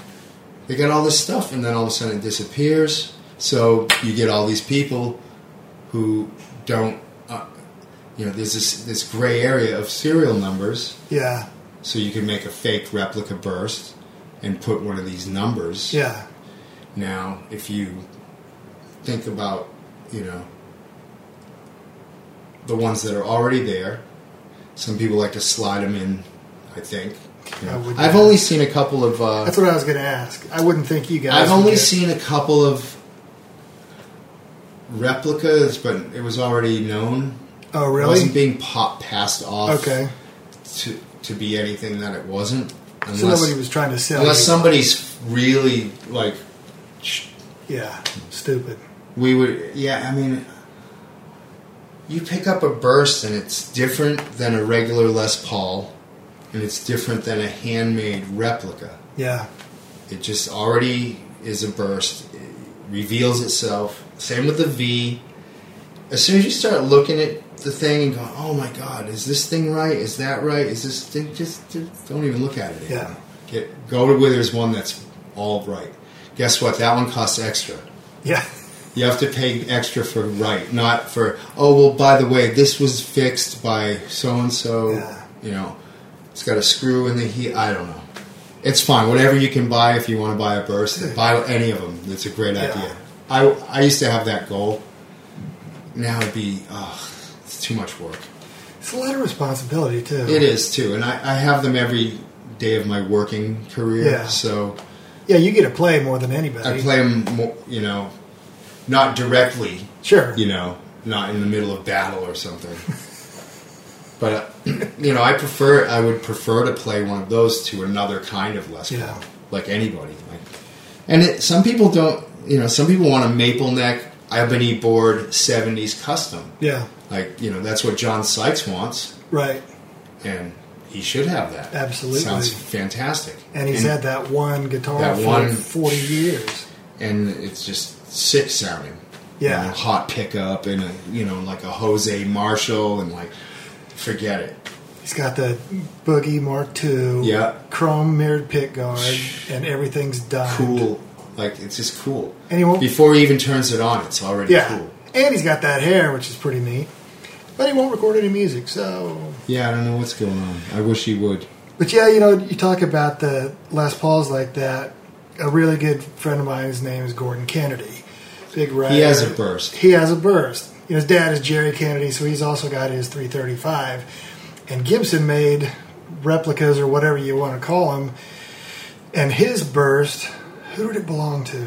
Speaker 2: they got all this stuff, and then all of a sudden it disappears. So you get all these people who don't, uh, you know, there's this this gray area of serial numbers.
Speaker 1: Yeah.
Speaker 2: So you can make a fake replica burst and put one of these numbers.
Speaker 1: Yeah.
Speaker 2: Now, if you think about, you know, the ones that are already there, some people like to slide them in, I think. You know,
Speaker 1: I would
Speaker 2: I've
Speaker 1: not.
Speaker 2: only seen a couple of. Uh,
Speaker 1: That's what I was going to ask. I wouldn't think you guys.
Speaker 2: I've
Speaker 1: would
Speaker 2: only
Speaker 1: get-
Speaker 2: seen a couple of replicas, but it was already known.
Speaker 1: Oh
Speaker 2: It wasn't
Speaker 1: really?
Speaker 2: being pop passed off
Speaker 1: Okay.
Speaker 2: to to be anything that it wasn't. Unless,
Speaker 1: So nobody was trying to sell.
Speaker 2: unless
Speaker 1: you.
Speaker 2: somebody's really like, sh-
Speaker 1: yeah, stupid.
Speaker 2: we would. Yeah, I mean, you pick up a burst and it's different than a regular Les Paul, and it's different than a handmade replica.
Speaker 1: Yeah,
Speaker 2: It just already is a burst, it reveals itself. Same with the V. As soon as you start looking at the thing and going, "Oh my God, is this thing right? Is that right? Is this thing just, just don't even look at it?"
Speaker 1: Yeah.
Speaker 2: anymore. Get go to where there's one that's all right. Guess what? That one costs extra.
Speaker 1: yeah,
Speaker 2: You have to pay extra for right, not for oh well. By the way, this was fixed by so and so.
Speaker 1: Yeah.
Speaker 2: You know, it's got a screw in the heat. I don't know. It's fine. Whatever you can buy, if you want to buy a burst, buy any of them. It's a great
Speaker 1: Yeah.
Speaker 2: idea. I I used to have that goal. Now it'd be ugh, it's too much work.
Speaker 1: it's a lot of responsibility too.
Speaker 2: It is too, and I, I have them every day of my working career.
Speaker 1: Yeah.
Speaker 2: So
Speaker 1: Yeah, you get to play more than anybody.
Speaker 2: I play them, more, you know, not directly
Speaker 1: Sure.
Speaker 2: you know, not in the middle of battle or something. but uh, you know, I prefer I would prefer to play one of those to another kind of Les Paul,
Speaker 1: Yeah.
Speaker 2: like anybody. Like, and it, some people don't. You know, some people want a maple neck ebony board '70s custom.
Speaker 1: Yeah.
Speaker 2: Like you know, that's what John Sykes wants,
Speaker 1: Right.
Speaker 2: and he should have that.
Speaker 1: Absolutely.
Speaker 2: sounds fantastic.
Speaker 1: And he's had that one guitar
Speaker 2: That
Speaker 1: for
Speaker 2: one-
Speaker 1: forty years.
Speaker 2: and it's just sick sounding.
Speaker 1: Yeah.
Speaker 2: You know, hot pickup and a you know like a Jose Marshall and like forget it.
Speaker 1: He's got the Boogie Mark II,
Speaker 2: Yeah.
Speaker 1: chrome mirrored pick guard, and everything's done.
Speaker 2: Cool, like it's just cool.
Speaker 1: And he won't-
Speaker 2: Before he even turns it on, it's already
Speaker 1: Yeah.
Speaker 2: cool.
Speaker 1: And he's got that hair, which is pretty neat. But he won't record any music, so.
Speaker 2: Yeah, I don't know what's going on. I wish he would.
Speaker 1: But yeah, you know, you talk about the Les Pauls like that. A really good friend of mine, his name is Gordon Kennedy. Big writer.
Speaker 2: He has a burst.
Speaker 1: He has a burst. You know, his dad is Jerry Kennedy, so he's also got his 335. And Gibson made replicas or whatever you want to call them. And his burst, who did it belong to?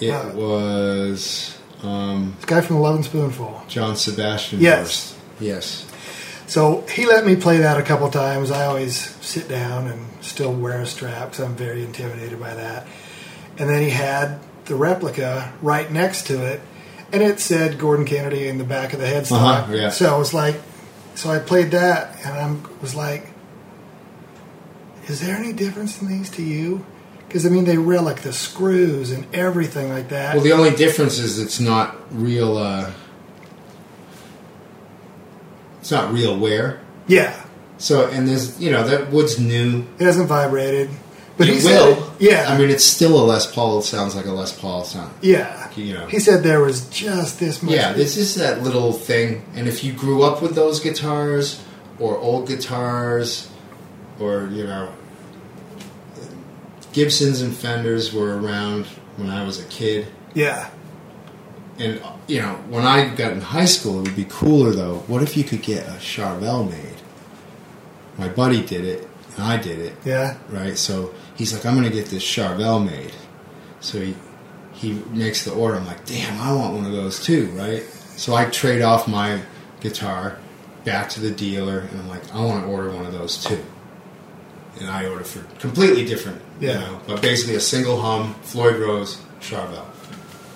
Speaker 2: It
Speaker 1: Wow.
Speaker 2: was um,
Speaker 1: The guy from Eleven Spoonful.
Speaker 2: John Sebastian
Speaker 1: Yes.
Speaker 2: first. Yes.
Speaker 1: So he let me play that a couple times. I always sit down and still wear a strap, so I'm very intimidated by that. And then he had the replica right next to it, and it said Gordon Kennedy in the back of the headstock.
Speaker 2: Uh-huh, yeah.
Speaker 1: So I was like, so I played that, and I was like, is there any difference in these to you? Because I mean, they relic the screws and everything like that.
Speaker 2: Well, the only difference is it's not real. Uh, it's not real wear.
Speaker 1: yeah,
Speaker 2: So and there's you know that wood's new.
Speaker 1: it hasn't vibrated, but
Speaker 2: But
Speaker 1: he
Speaker 2: it
Speaker 1: said-
Speaker 2: will.
Speaker 1: yeah,
Speaker 2: I mean, it's still a Les Paul. It sounds like a Les Paul sound.
Speaker 1: Yeah.
Speaker 2: You know.
Speaker 1: He said there was just this much.
Speaker 2: Yeah, this is that little thing. And if you grew up with those guitars, or old guitars, or you know, Gibsons and Fenders were around when I was a kid.
Speaker 1: Yeah.
Speaker 2: And you know, when I got in high school, it would be cooler though. What if you could get a Charvel made? My buddy did it, and I did it.
Speaker 1: Yeah.
Speaker 2: right? So he's like, I'm gonna get this Charvel made. So he he makes the order. I'm like, damn, I want one of those too, right? So I trade off my guitar back to the dealer, and I'm like, I want to order one of those too. And I order for completely different,
Speaker 1: Yeah.
Speaker 2: you know, but basically a single hum Floyd Rose Charvel,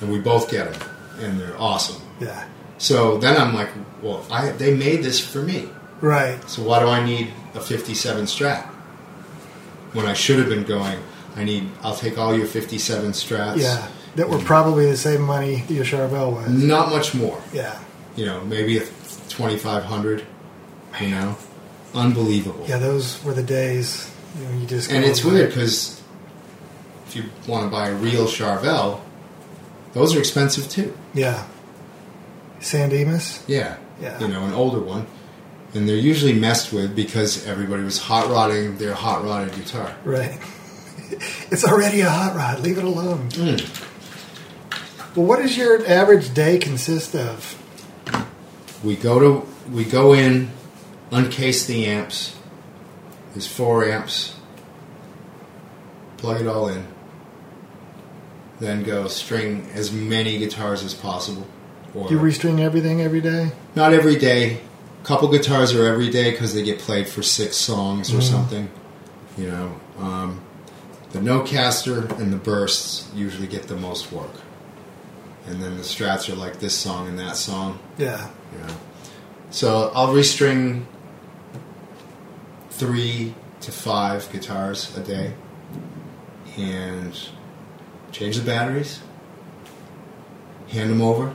Speaker 2: and we both get them, and they're awesome.
Speaker 1: Yeah.
Speaker 2: So then I'm like, well, I they made this for me.
Speaker 1: Right.
Speaker 2: So why do I need a 57 Strat? When I should have been going, I need. I'll take all your 57 Strats.
Speaker 1: Yeah. That were probably the same money the Charvel was.
Speaker 2: Not much more.
Speaker 1: Yeah.
Speaker 2: You know, maybe a 2500. You know, unbelievable.
Speaker 1: Yeah, those were the days you, know, you just
Speaker 2: And
Speaker 1: go
Speaker 2: it's
Speaker 1: over
Speaker 2: weird
Speaker 1: it.
Speaker 2: because if you want to buy a real Charvel, those are expensive too.
Speaker 1: Yeah. San Dimas?
Speaker 2: Yeah.
Speaker 1: Yeah.
Speaker 2: You know, an older one. And they're usually messed with because everybody was hot rodding their hot rodded guitar.
Speaker 1: Right. it's already a hot rod. Leave it alone.
Speaker 2: Hmm.
Speaker 1: Well, what does your average day consist of?
Speaker 2: We go to we go in, uncase the amps. There's four amps. Plug it all in. Then go string as many guitars as possible. Or
Speaker 1: Do you restring everything every day?
Speaker 2: not every day, couple guitars are every day because they get played for six songs or something. You know, um, the no caster and the bursts usually get the most work, and then the strats are like this song and that song.
Speaker 1: Yeah.
Speaker 2: You know, so I'll restring three to five guitars a day, and change the batteries, hand them over.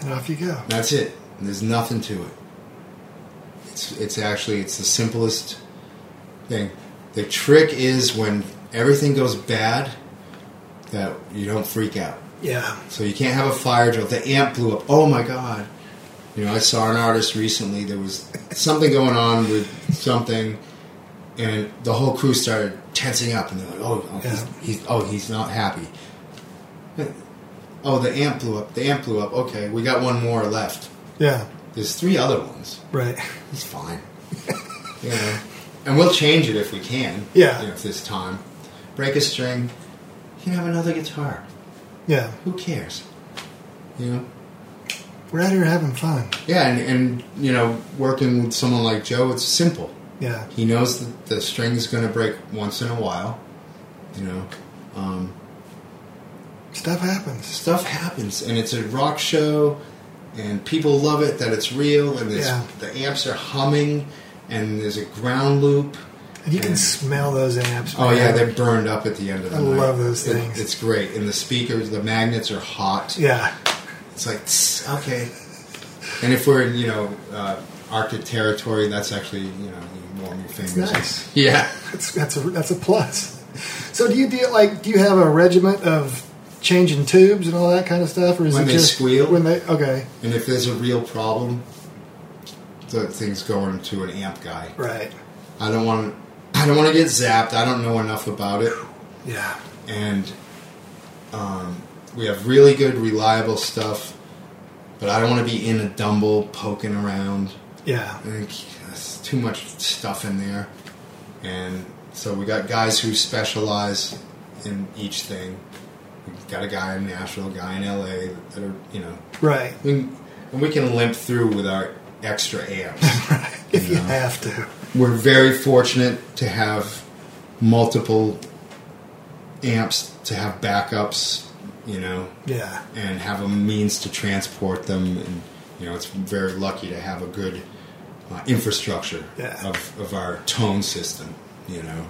Speaker 1: And off you go.
Speaker 2: That's it. There's nothing to it. It's it's actually it's the simplest thing. The trick is when everything goes bad that you don't freak out.
Speaker 1: Yeah.
Speaker 2: So you can't have a fire drill. The amp blew up. Oh my god. You know, I saw an artist recently there was something going on with something and the whole crew started tensing up and they're like, "Oh, oh, he's, he's oh, he's not happy." Oh, the amp blew up. The amp blew up. Okay, we got one more left.
Speaker 1: Yeah.
Speaker 2: There's three other ones.
Speaker 1: Right.
Speaker 2: He's fine. you know. And we'll change it if we can.
Speaker 1: Yeah.
Speaker 2: You know, if there's time. Break a string. You can have another guitar.
Speaker 1: Yeah.
Speaker 2: Who cares? You know?
Speaker 1: We're out here having fun.
Speaker 2: Yeah, and, and you know, working with someone like Joe, it's simple.
Speaker 1: Yeah.
Speaker 2: He knows that the string's going to break once in a while. You know, um,
Speaker 1: Stuff happens.
Speaker 2: stuff happens, and it's a rock show, and people love it that it's real, and it's,
Speaker 1: Yeah.
Speaker 2: the amps are humming, and there's a ground loop.
Speaker 1: And you can
Speaker 2: Yeah.
Speaker 1: smell those amps.
Speaker 2: Oh yeah,
Speaker 1: man.
Speaker 2: they're burned up at the end of the
Speaker 1: I
Speaker 2: night.
Speaker 1: love those
Speaker 2: It-
Speaker 1: things.
Speaker 2: it's great, and the speakers, the magnets are hot.
Speaker 1: Yeah.
Speaker 2: It's like "Tss, okay. And if we're in you know uh, Arctic territory, that's actually you know you warm your fingers.
Speaker 1: nice.
Speaker 2: Yeah.
Speaker 1: That's that's a that's a plus. So do you do like do you have a regiment of changing tubes and all that kind of stuff, or is
Speaker 2: When
Speaker 1: it
Speaker 2: they
Speaker 1: just
Speaker 2: squeal?
Speaker 1: when they okay
Speaker 2: And if there's a real problem, the thing's going to an amp guy.
Speaker 1: right
Speaker 2: I don't want. I don't want to get zapped. I don't know enough about it.
Speaker 1: yeah
Speaker 2: and um, we have really good, reliable stuff. But I don't want to be in a dumble poking around.
Speaker 1: yeah
Speaker 2: I think There's too much stuff in there, and so we got guys who specialize in each thing. We got a guy in Nashville, a guy in LA that are you know,
Speaker 1: right
Speaker 2: we can, and we can limp through with our extra amps.
Speaker 1: if you
Speaker 2: Yeah.
Speaker 1: have to
Speaker 2: We're very fortunate to have multiple amps to have backups, you know,
Speaker 1: yeah
Speaker 2: and have a means to transport them. And you know, it's very lucky to have a good uh, infrastructure
Speaker 1: Yeah.
Speaker 2: of, of our tone system, you know,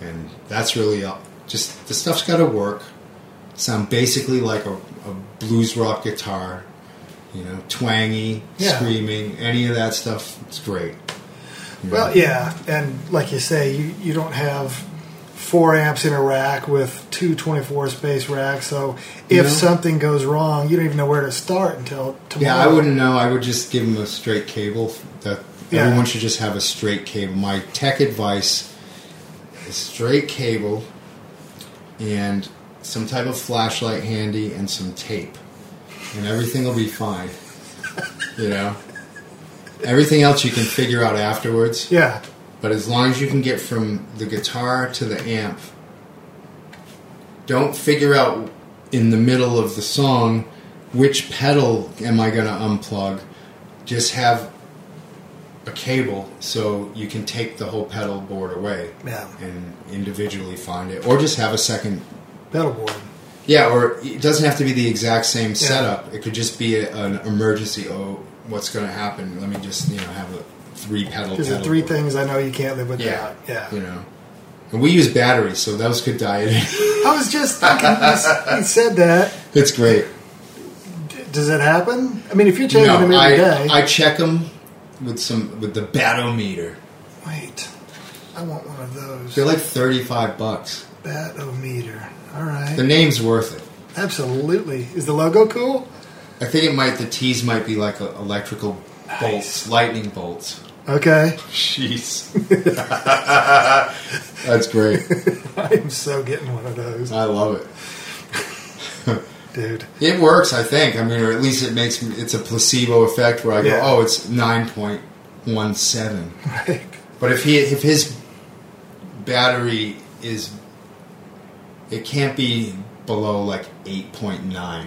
Speaker 2: and that's really all- just the stuff's got to work. Sound basically like a, a blues rock guitar, you know, twangy,
Speaker 1: Yeah.
Speaker 2: screaming, any of that stuff. It's great. you know.
Speaker 1: well yeah and like you say you you don't have four amps in a rack with two 24 space racks so if
Speaker 2: No.
Speaker 1: something goes wrong you don't even know where to start until tomorrow
Speaker 2: Yeah, I wouldn't know. I would just give them a straight cable. That
Speaker 1: Yeah.
Speaker 2: everyone should just have a straight cable. My tech advice is straight cable and some type of flashlight handy and some tape, and everything will be fine. you know, everything else you can figure out afterwards.
Speaker 1: yeah
Speaker 2: But as long as you can get from the guitar to the amp, don't figure out in the middle of the song which pedal am I going to unplug. Just have a cable so you can take the whole pedal board away
Speaker 1: Yeah.
Speaker 2: and individually find it, or just have a second.
Speaker 1: pedal board
Speaker 2: Yeah, or it doesn't have to be the exact same setup. It could just be a, an emergency. Oh, what's going to happen? Let me just you know have a three pedal.
Speaker 1: because the
Speaker 2: pedal
Speaker 1: three
Speaker 2: board.
Speaker 1: things I know you can't live
Speaker 2: Yeah,
Speaker 1: without yeah,
Speaker 2: You know, and we use batteries, so those could die. at any-
Speaker 1: I was just thinking you s- you said that
Speaker 2: it's great.
Speaker 1: Does it happen? I mean, if you're changing
Speaker 2: No,
Speaker 1: them every day,
Speaker 2: I, I check them with some with the batometer.
Speaker 1: wait, I want one of those.
Speaker 2: They're like thirty five bucks.
Speaker 1: Batometer. All
Speaker 2: The
Speaker 1: right,
Speaker 2: name's worth it.
Speaker 1: absolutely. Is the logo cool?
Speaker 2: I think it might. The T's might be like a, electrical bolts, lightning bolts.
Speaker 1: Okay,
Speaker 2: Jeez, that's great.
Speaker 1: I am so getting one of those,
Speaker 2: I love it.
Speaker 1: dude.
Speaker 2: It works, I think. I mean, or at least it makes me, it's a placebo effect where I go,
Speaker 1: Yeah.
Speaker 2: oh, it's nine point one seven.
Speaker 1: Right?
Speaker 2: But if he if his battery is it can't be below like eight point nine.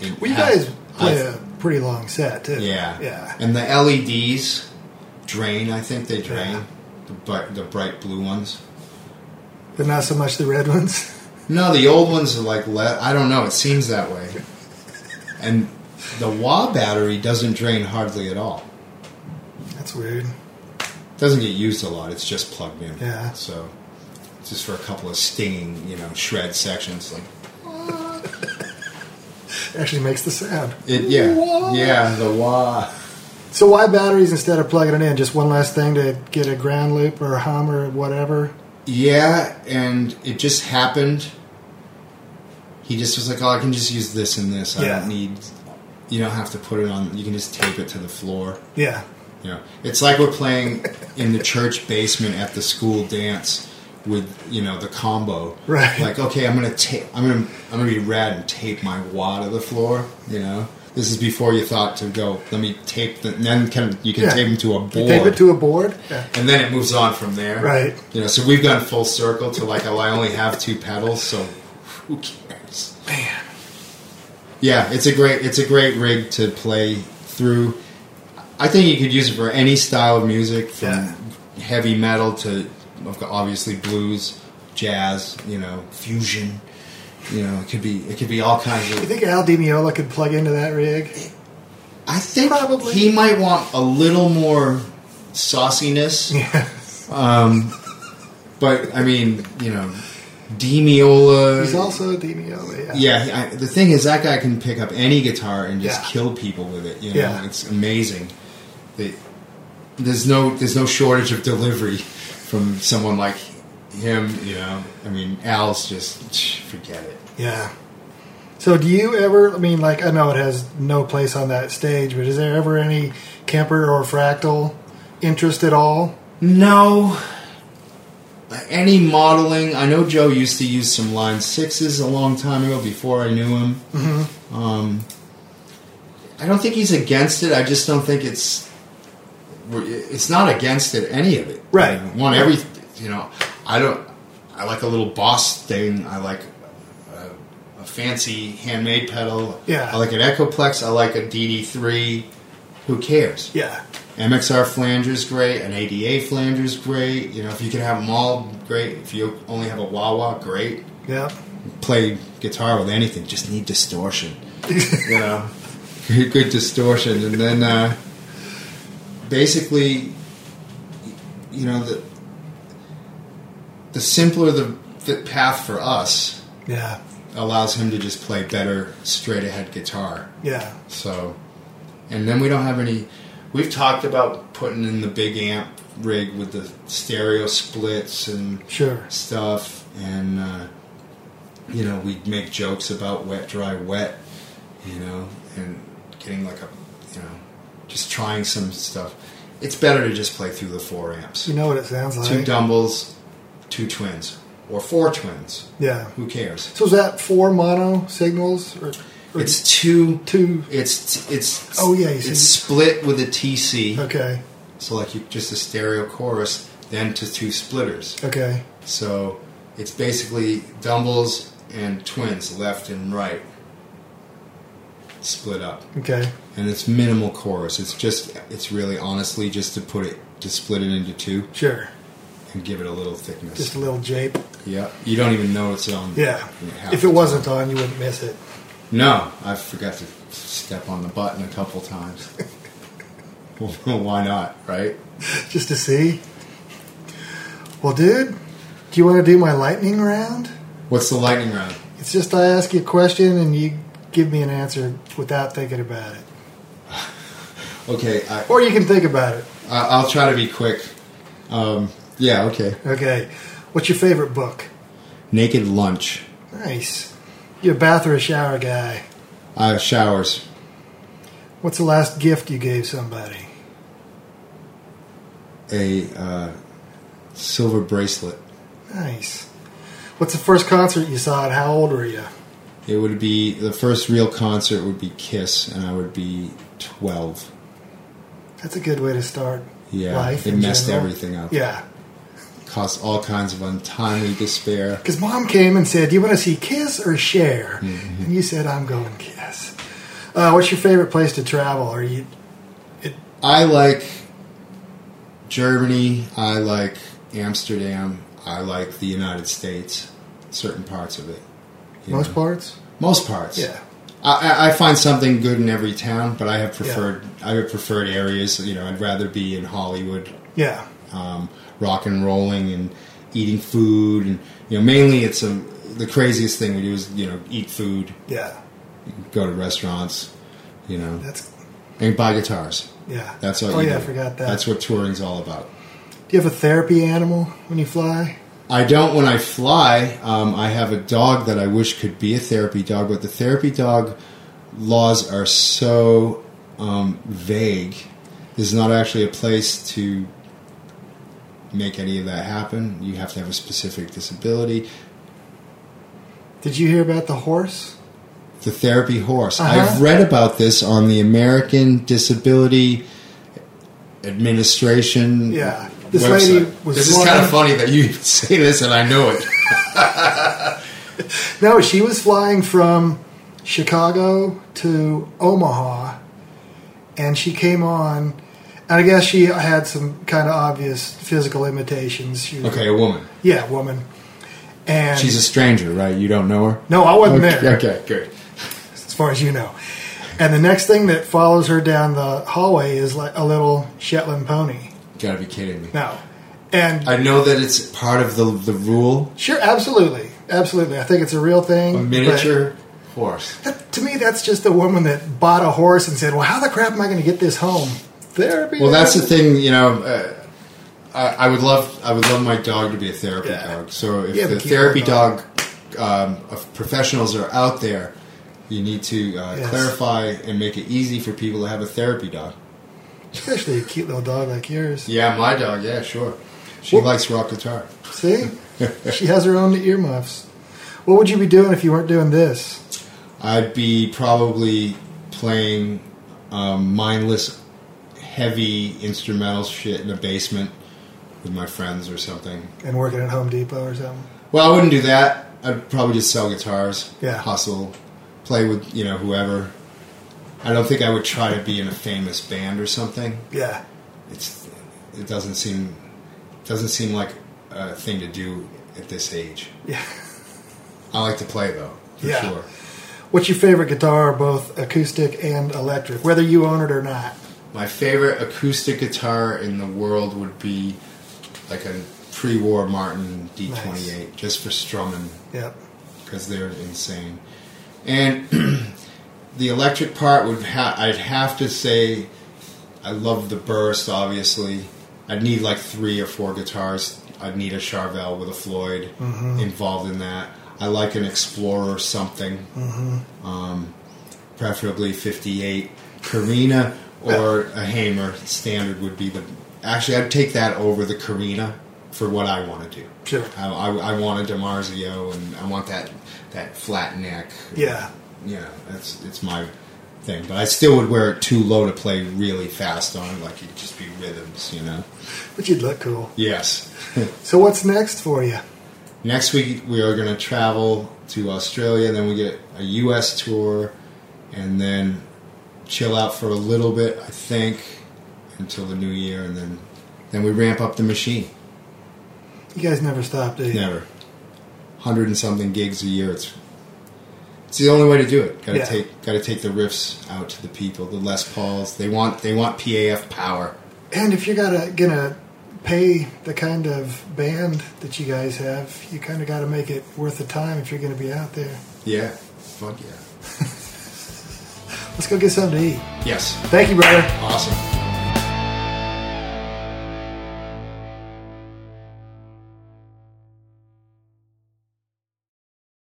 Speaker 1: Well, you guys play a pretty long set too.
Speaker 2: Yeah.
Speaker 1: yeah.
Speaker 2: And the LEDs drain. I think they drain.
Speaker 1: Yeah.
Speaker 2: The, bright, the bright blue ones.
Speaker 1: But not so much the red ones.
Speaker 2: No, the old ones are like le I don't know. It seems that way. And the Wah battery doesn't drain hardly at all.
Speaker 1: That's weird.
Speaker 2: doesn't get used a lot. It's just plugged in.
Speaker 1: Yeah.
Speaker 2: So it's just for a couple of stinging, you know, shred sections. Like
Speaker 1: Actually makes the sound.
Speaker 2: it. Yeah. Yeah. The wah.
Speaker 1: So why batteries instead of plugging it in? Just one less thing to get a ground loop or a hum or whatever.
Speaker 2: Yeah, and it just happened. He just was like, "Oh, I can just use this and this. I
Speaker 1: Yeah.
Speaker 2: don't need. You don't have to put it on. You can just tape it to the floor."
Speaker 1: Yeah.
Speaker 2: You know, it's like we're playing in the church basement at the school dance with you know the combo.
Speaker 1: Right.
Speaker 2: Like, okay, I'm gonna tape. I'm gonna I'm gonna be rad and tape my wad to the floor. You know, this is before you thought to go. Let me tape the. And then can you can
Speaker 1: Yeah.
Speaker 2: tape them to a
Speaker 1: You
Speaker 2: board.
Speaker 1: tape it to a board. Yeah.
Speaker 2: and then it moves on from there.
Speaker 1: Right.
Speaker 2: You know, so we've gone full circle to like, oh, I only have two pedals, so who cares? Man. Yeah, it's a great it's a great rig to play through. I think you could use it for any style of music, from heavy metal to obviously blues, jazz. You know, fusion. You know, it could be it could be all kinds
Speaker 1: You
Speaker 2: of.
Speaker 1: think Al Di Meola could plug into that rig?
Speaker 2: I think
Speaker 1: Probably.
Speaker 2: he might want a little more sauciness.
Speaker 1: Yeah.
Speaker 2: But I mean, you know, Demiola.
Speaker 1: He's also Di Meola. Yeah.
Speaker 2: yeah. I, the thing is, that guy can pick up any guitar and just
Speaker 1: Yeah.
Speaker 2: kill people with it. You know,
Speaker 1: Yeah.
Speaker 2: it's amazing. That there's no there's no shortage of delivery from someone like him. You know, I mean, Al's just forget it.
Speaker 1: Yeah. So do you ever? I mean, like I know it has no place on that stage, but is there ever any Kemper or Fractal interest at all?
Speaker 2: No. Any modeling? I know Joe used to use some line sixes a long time ago before I knew him.
Speaker 1: Mm-hmm.
Speaker 2: Um, I don't think he's against it. I just don't think it's it's not against it any of it.
Speaker 1: Right.
Speaker 2: You know, want every you know? I don't. I like a little boss thing. I like a, a fancy handmade pedal.
Speaker 1: Yeah.
Speaker 2: I like an Echoplex. I like a DD three. Who cares?
Speaker 1: Yeah.
Speaker 2: MXR flanger's great, an ADA flanger's great. You know, if you can have them all, great. If you only have a wah wah, great.
Speaker 1: Yeah.
Speaker 2: Play guitar with anything, just need distortion. you know, good, good distortion, and then uh, basically, you know, the the simpler the, the path for us
Speaker 1: Yeah.
Speaker 2: allows him to just play better straight ahead guitar.
Speaker 1: Yeah.
Speaker 2: So, and then we don't have any. We've talked about putting in the big amp rig with the stereo splits and
Speaker 1: Sure.
Speaker 2: stuff, and uh, you know we make jokes about wet, dry, wet, you know, and getting like a, you know, just trying some stuff. It's better to just play through the four amps,
Speaker 1: You know what it sounds
Speaker 2: two
Speaker 1: like.
Speaker 2: dumbles, two twins, or four twins.
Speaker 1: Yeah.
Speaker 2: Who cares?
Speaker 1: So is that four mono signals or, or
Speaker 2: It's two.
Speaker 1: two?
Speaker 2: It's it's
Speaker 1: Oh, yeah, you said-
Speaker 2: it's split with a TC.
Speaker 1: Okay.
Speaker 2: So like you, just a stereo chorus, then to two splitters.
Speaker 1: Okay.
Speaker 2: So it's basically dumbles and twins, left and right, split up.
Speaker 1: Okay.
Speaker 2: And it's minimal chorus. It's just it's really honestly just to put it to split it into two
Speaker 1: Sure.
Speaker 2: and give it a little thickness.
Speaker 1: Just a little jape.
Speaker 2: yeah, you don't even know it's on.
Speaker 1: Yeah.
Speaker 2: half
Speaker 1: If
Speaker 2: the
Speaker 1: it
Speaker 2: time.
Speaker 1: wasn't on, you wouldn't miss it.
Speaker 2: No, I forgot to step on the button a couple times. well, why not, right?
Speaker 1: Just to see. Well, dude, do you want to do my lightning round?
Speaker 2: What's the lightning round?
Speaker 1: It's just I ask you a question and you give me an answer without thinking about it.
Speaker 2: Okay, I,
Speaker 1: Or you can think about it.
Speaker 2: I- I'll try to be quick. Um, yeah, okay.
Speaker 1: Okay. What's your favorite book?
Speaker 2: Naked lunch.
Speaker 1: Nice. You a bath or a shower guy?
Speaker 2: Uh, showers.
Speaker 1: What's the last gift you gave somebody?
Speaker 2: A uh, silver bracelet.
Speaker 1: Nice. What's the first concert you saw and how old were you?
Speaker 2: It would be the first real concert would be Kiss, and I would be twelve.
Speaker 1: That's a good way to start
Speaker 2: Yeah,
Speaker 1: life.
Speaker 2: it
Speaker 1: in
Speaker 2: messed
Speaker 1: general.
Speaker 2: everything up.
Speaker 1: Yeah.
Speaker 2: Caused all kinds of untimely despair. Mm-hmm.
Speaker 1: Because mom came and said, Do you want to see Kiss or Share? And you said, I'm going Kiss. Uh, what's your favorite place to travel? Are you?
Speaker 2: I like Germany. I like Amsterdam. I like the United States. Certain parts of it. you
Speaker 3: Most
Speaker 2: know.
Speaker 3: parts?
Speaker 2: Most parts.
Speaker 1: Yeah.
Speaker 2: I, I- I find something good in every town, but I have preferred I have preferred areas. You know, I'd rather be in Hollywood,
Speaker 1: Yeah.
Speaker 2: um, rock and rolling and eating food, and you know, mainly it's a the craziest thing we do is you know eat food,
Speaker 1: Yeah.
Speaker 2: go to restaurants, you know,
Speaker 1: That's.
Speaker 2: and buy guitars.
Speaker 1: Yeah.
Speaker 2: That's all.
Speaker 1: Oh
Speaker 2: you
Speaker 1: yeah,
Speaker 2: do.
Speaker 1: I forgot that.
Speaker 2: That's what touring's all about.
Speaker 1: Do you have a therapy animal when you fly?
Speaker 2: I don't when I fly. Um, I have a dog that I wish could be a therapy dog, but the therapy dog laws are so um, vague. There's not actually a place to make any of that happen. You have to have a specific disability.
Speaker 1: Did you hear about the horse?
Speaker 2: Mm-hmm. The therapy horse.
Speaker 1: Uh-huh.
Speaker 2: I've read about this on the American Disability Administration.
Speaker 1: Yeah. This
Speaker 2: website.
Speaker 1: lady was
Speaker 2: This is kind
Speaker 1: flying-
Speaker 2: of funny that you say this and I know it.
Speaker 1: No, she was flying from Chicago to Omaha, and she came on. And I guess she had some kind of obvious physical limitations. She was-
Speaker 2: Okay, a woman.
Speaker 1: Yeah, woman. And
Speaker 2: She's a stranger, right? You don't know her?
Speaker 1: no, I wasn't
Speaker 2: Okay,
Speaker 1: there,
Speaker 2: okay, good.
Speaker 1: as far as you know. And the next thing that follows her down the hallway is like a little Shetland pony.
Speaker 2: Gotta be kidding me.
Speaker 1: No, and
Speaker 2: I know that it's part of the, the rule.
Speaker 1: sure, absolutely, absolutely. I think it's a real thing.
Speaker 2: A
Speaker 1: but-
Speaker 2: miniature horse.
Speaker 1: That, to me, that's just a woman that bought a horse and said, "Well, how the crap am I going to get this home?" Therapy.
Speaker 2: Well, that's the thing, you know. Uh, I, I would love, I would love my dog to be a therapy
Speaker 1: Yeah.
Speaker 2: dog. So if
Speaker 1: Yeah,
Speaker 2: the
Speaker 1: but keep
Speaker 2: therapy
Speaker 1: your dog.
Speaker 2: dog um, of professionals are out there, you need to uh,
Speaker 1: Yes.
Speaker 2: clarify and make it easy for people to have a therapy dog.
Speaker 1: Especially a cute little dog like yours.
Speaker 2: Yeah, my dog. Yeah, sure. She
Speaker 1: Well-
Speaker 2: likes rock guitar.
Speaker 1: See, she has her own earmuffs. What would you be doing if you weren't doing this?
Speaker 2: I'd be probably playing um, mindless, heavy instrumental shit in a basement with my friends or something.
Speaker 1: And working at Home Depot or something.
Speaker 2: Well, I wouldn't do that. I'd probably just sell guitars,
Speaker 1: Yeah.
Speaker 2: hustle, play with you know whoever. I don't think I would try to be in a famous band or something.
Speaker 1: Yeah.
Speaker 2: It's it doesn't seem doesn't seem like a thing to do at this age.
Speaker 1: Yeah.
Speaker 2: I like to play though, for
Speaker 1: Yeah.
Speaker 2: sure.
Speaker 1: What's your favorite guitar, both acoustic and electric, whether you own it or not?
Speaker 2: My favorite acoustic guitar in the world would be like a pre-war Martin D28, just for strumming
Speaker 1: Yep.
Speaker 2: because they're insane. And the electric part would ha- I'd have to say I love the burst. Obviously, I'd need like three or four guitars. I'd need a Charvel with a Floyd involved in that. I like an Explorer something, um, preferably '58 Carina or a Hamer. Standard would be the. Actually, I'd take that over the Carina for what I want to do.
Speaker 1: Sure.
Speaker 2: I, I, I want a DiMarzio, and I want that that flat neck.
Speaker 1: Yeah.
Speaker 2: yeah, that's it's my thing. But I still would wear it too low to play really fast on it, like it'd just be rhythms, you know.
Speaker 1: But you'd look cool.
Speaker 2: Yes.
Speaker 1: So what's next for you?
Speaker 2: Next week we are going to travel to Australia. Then we get a U.S. tour, and then chill out for a little bit, I think, until the new year, and then then we ramp up the machine.
Speaker 1: You guys never stop, do you?
Speaker 2: Never. Hundred and something gigs a year. It's it's the only way to do it. Got to
Speaker 1: Yeah.
Speaker 2: take got to take the riffs out to the people. The Les Pauls. They want they want PAF power.
Speaker 1: And if you're gonna gonna pay the kind of band that you guys have, you kind of got to make it worth the time if you're gonna be out there.
Speaker 2: Yeah. Fuck yeah.
Speaker 1: Let's go get something to eat.
Speaker 2: Yes.
Speaker 1: Thank you, brother.
Speaker 2: Awesome.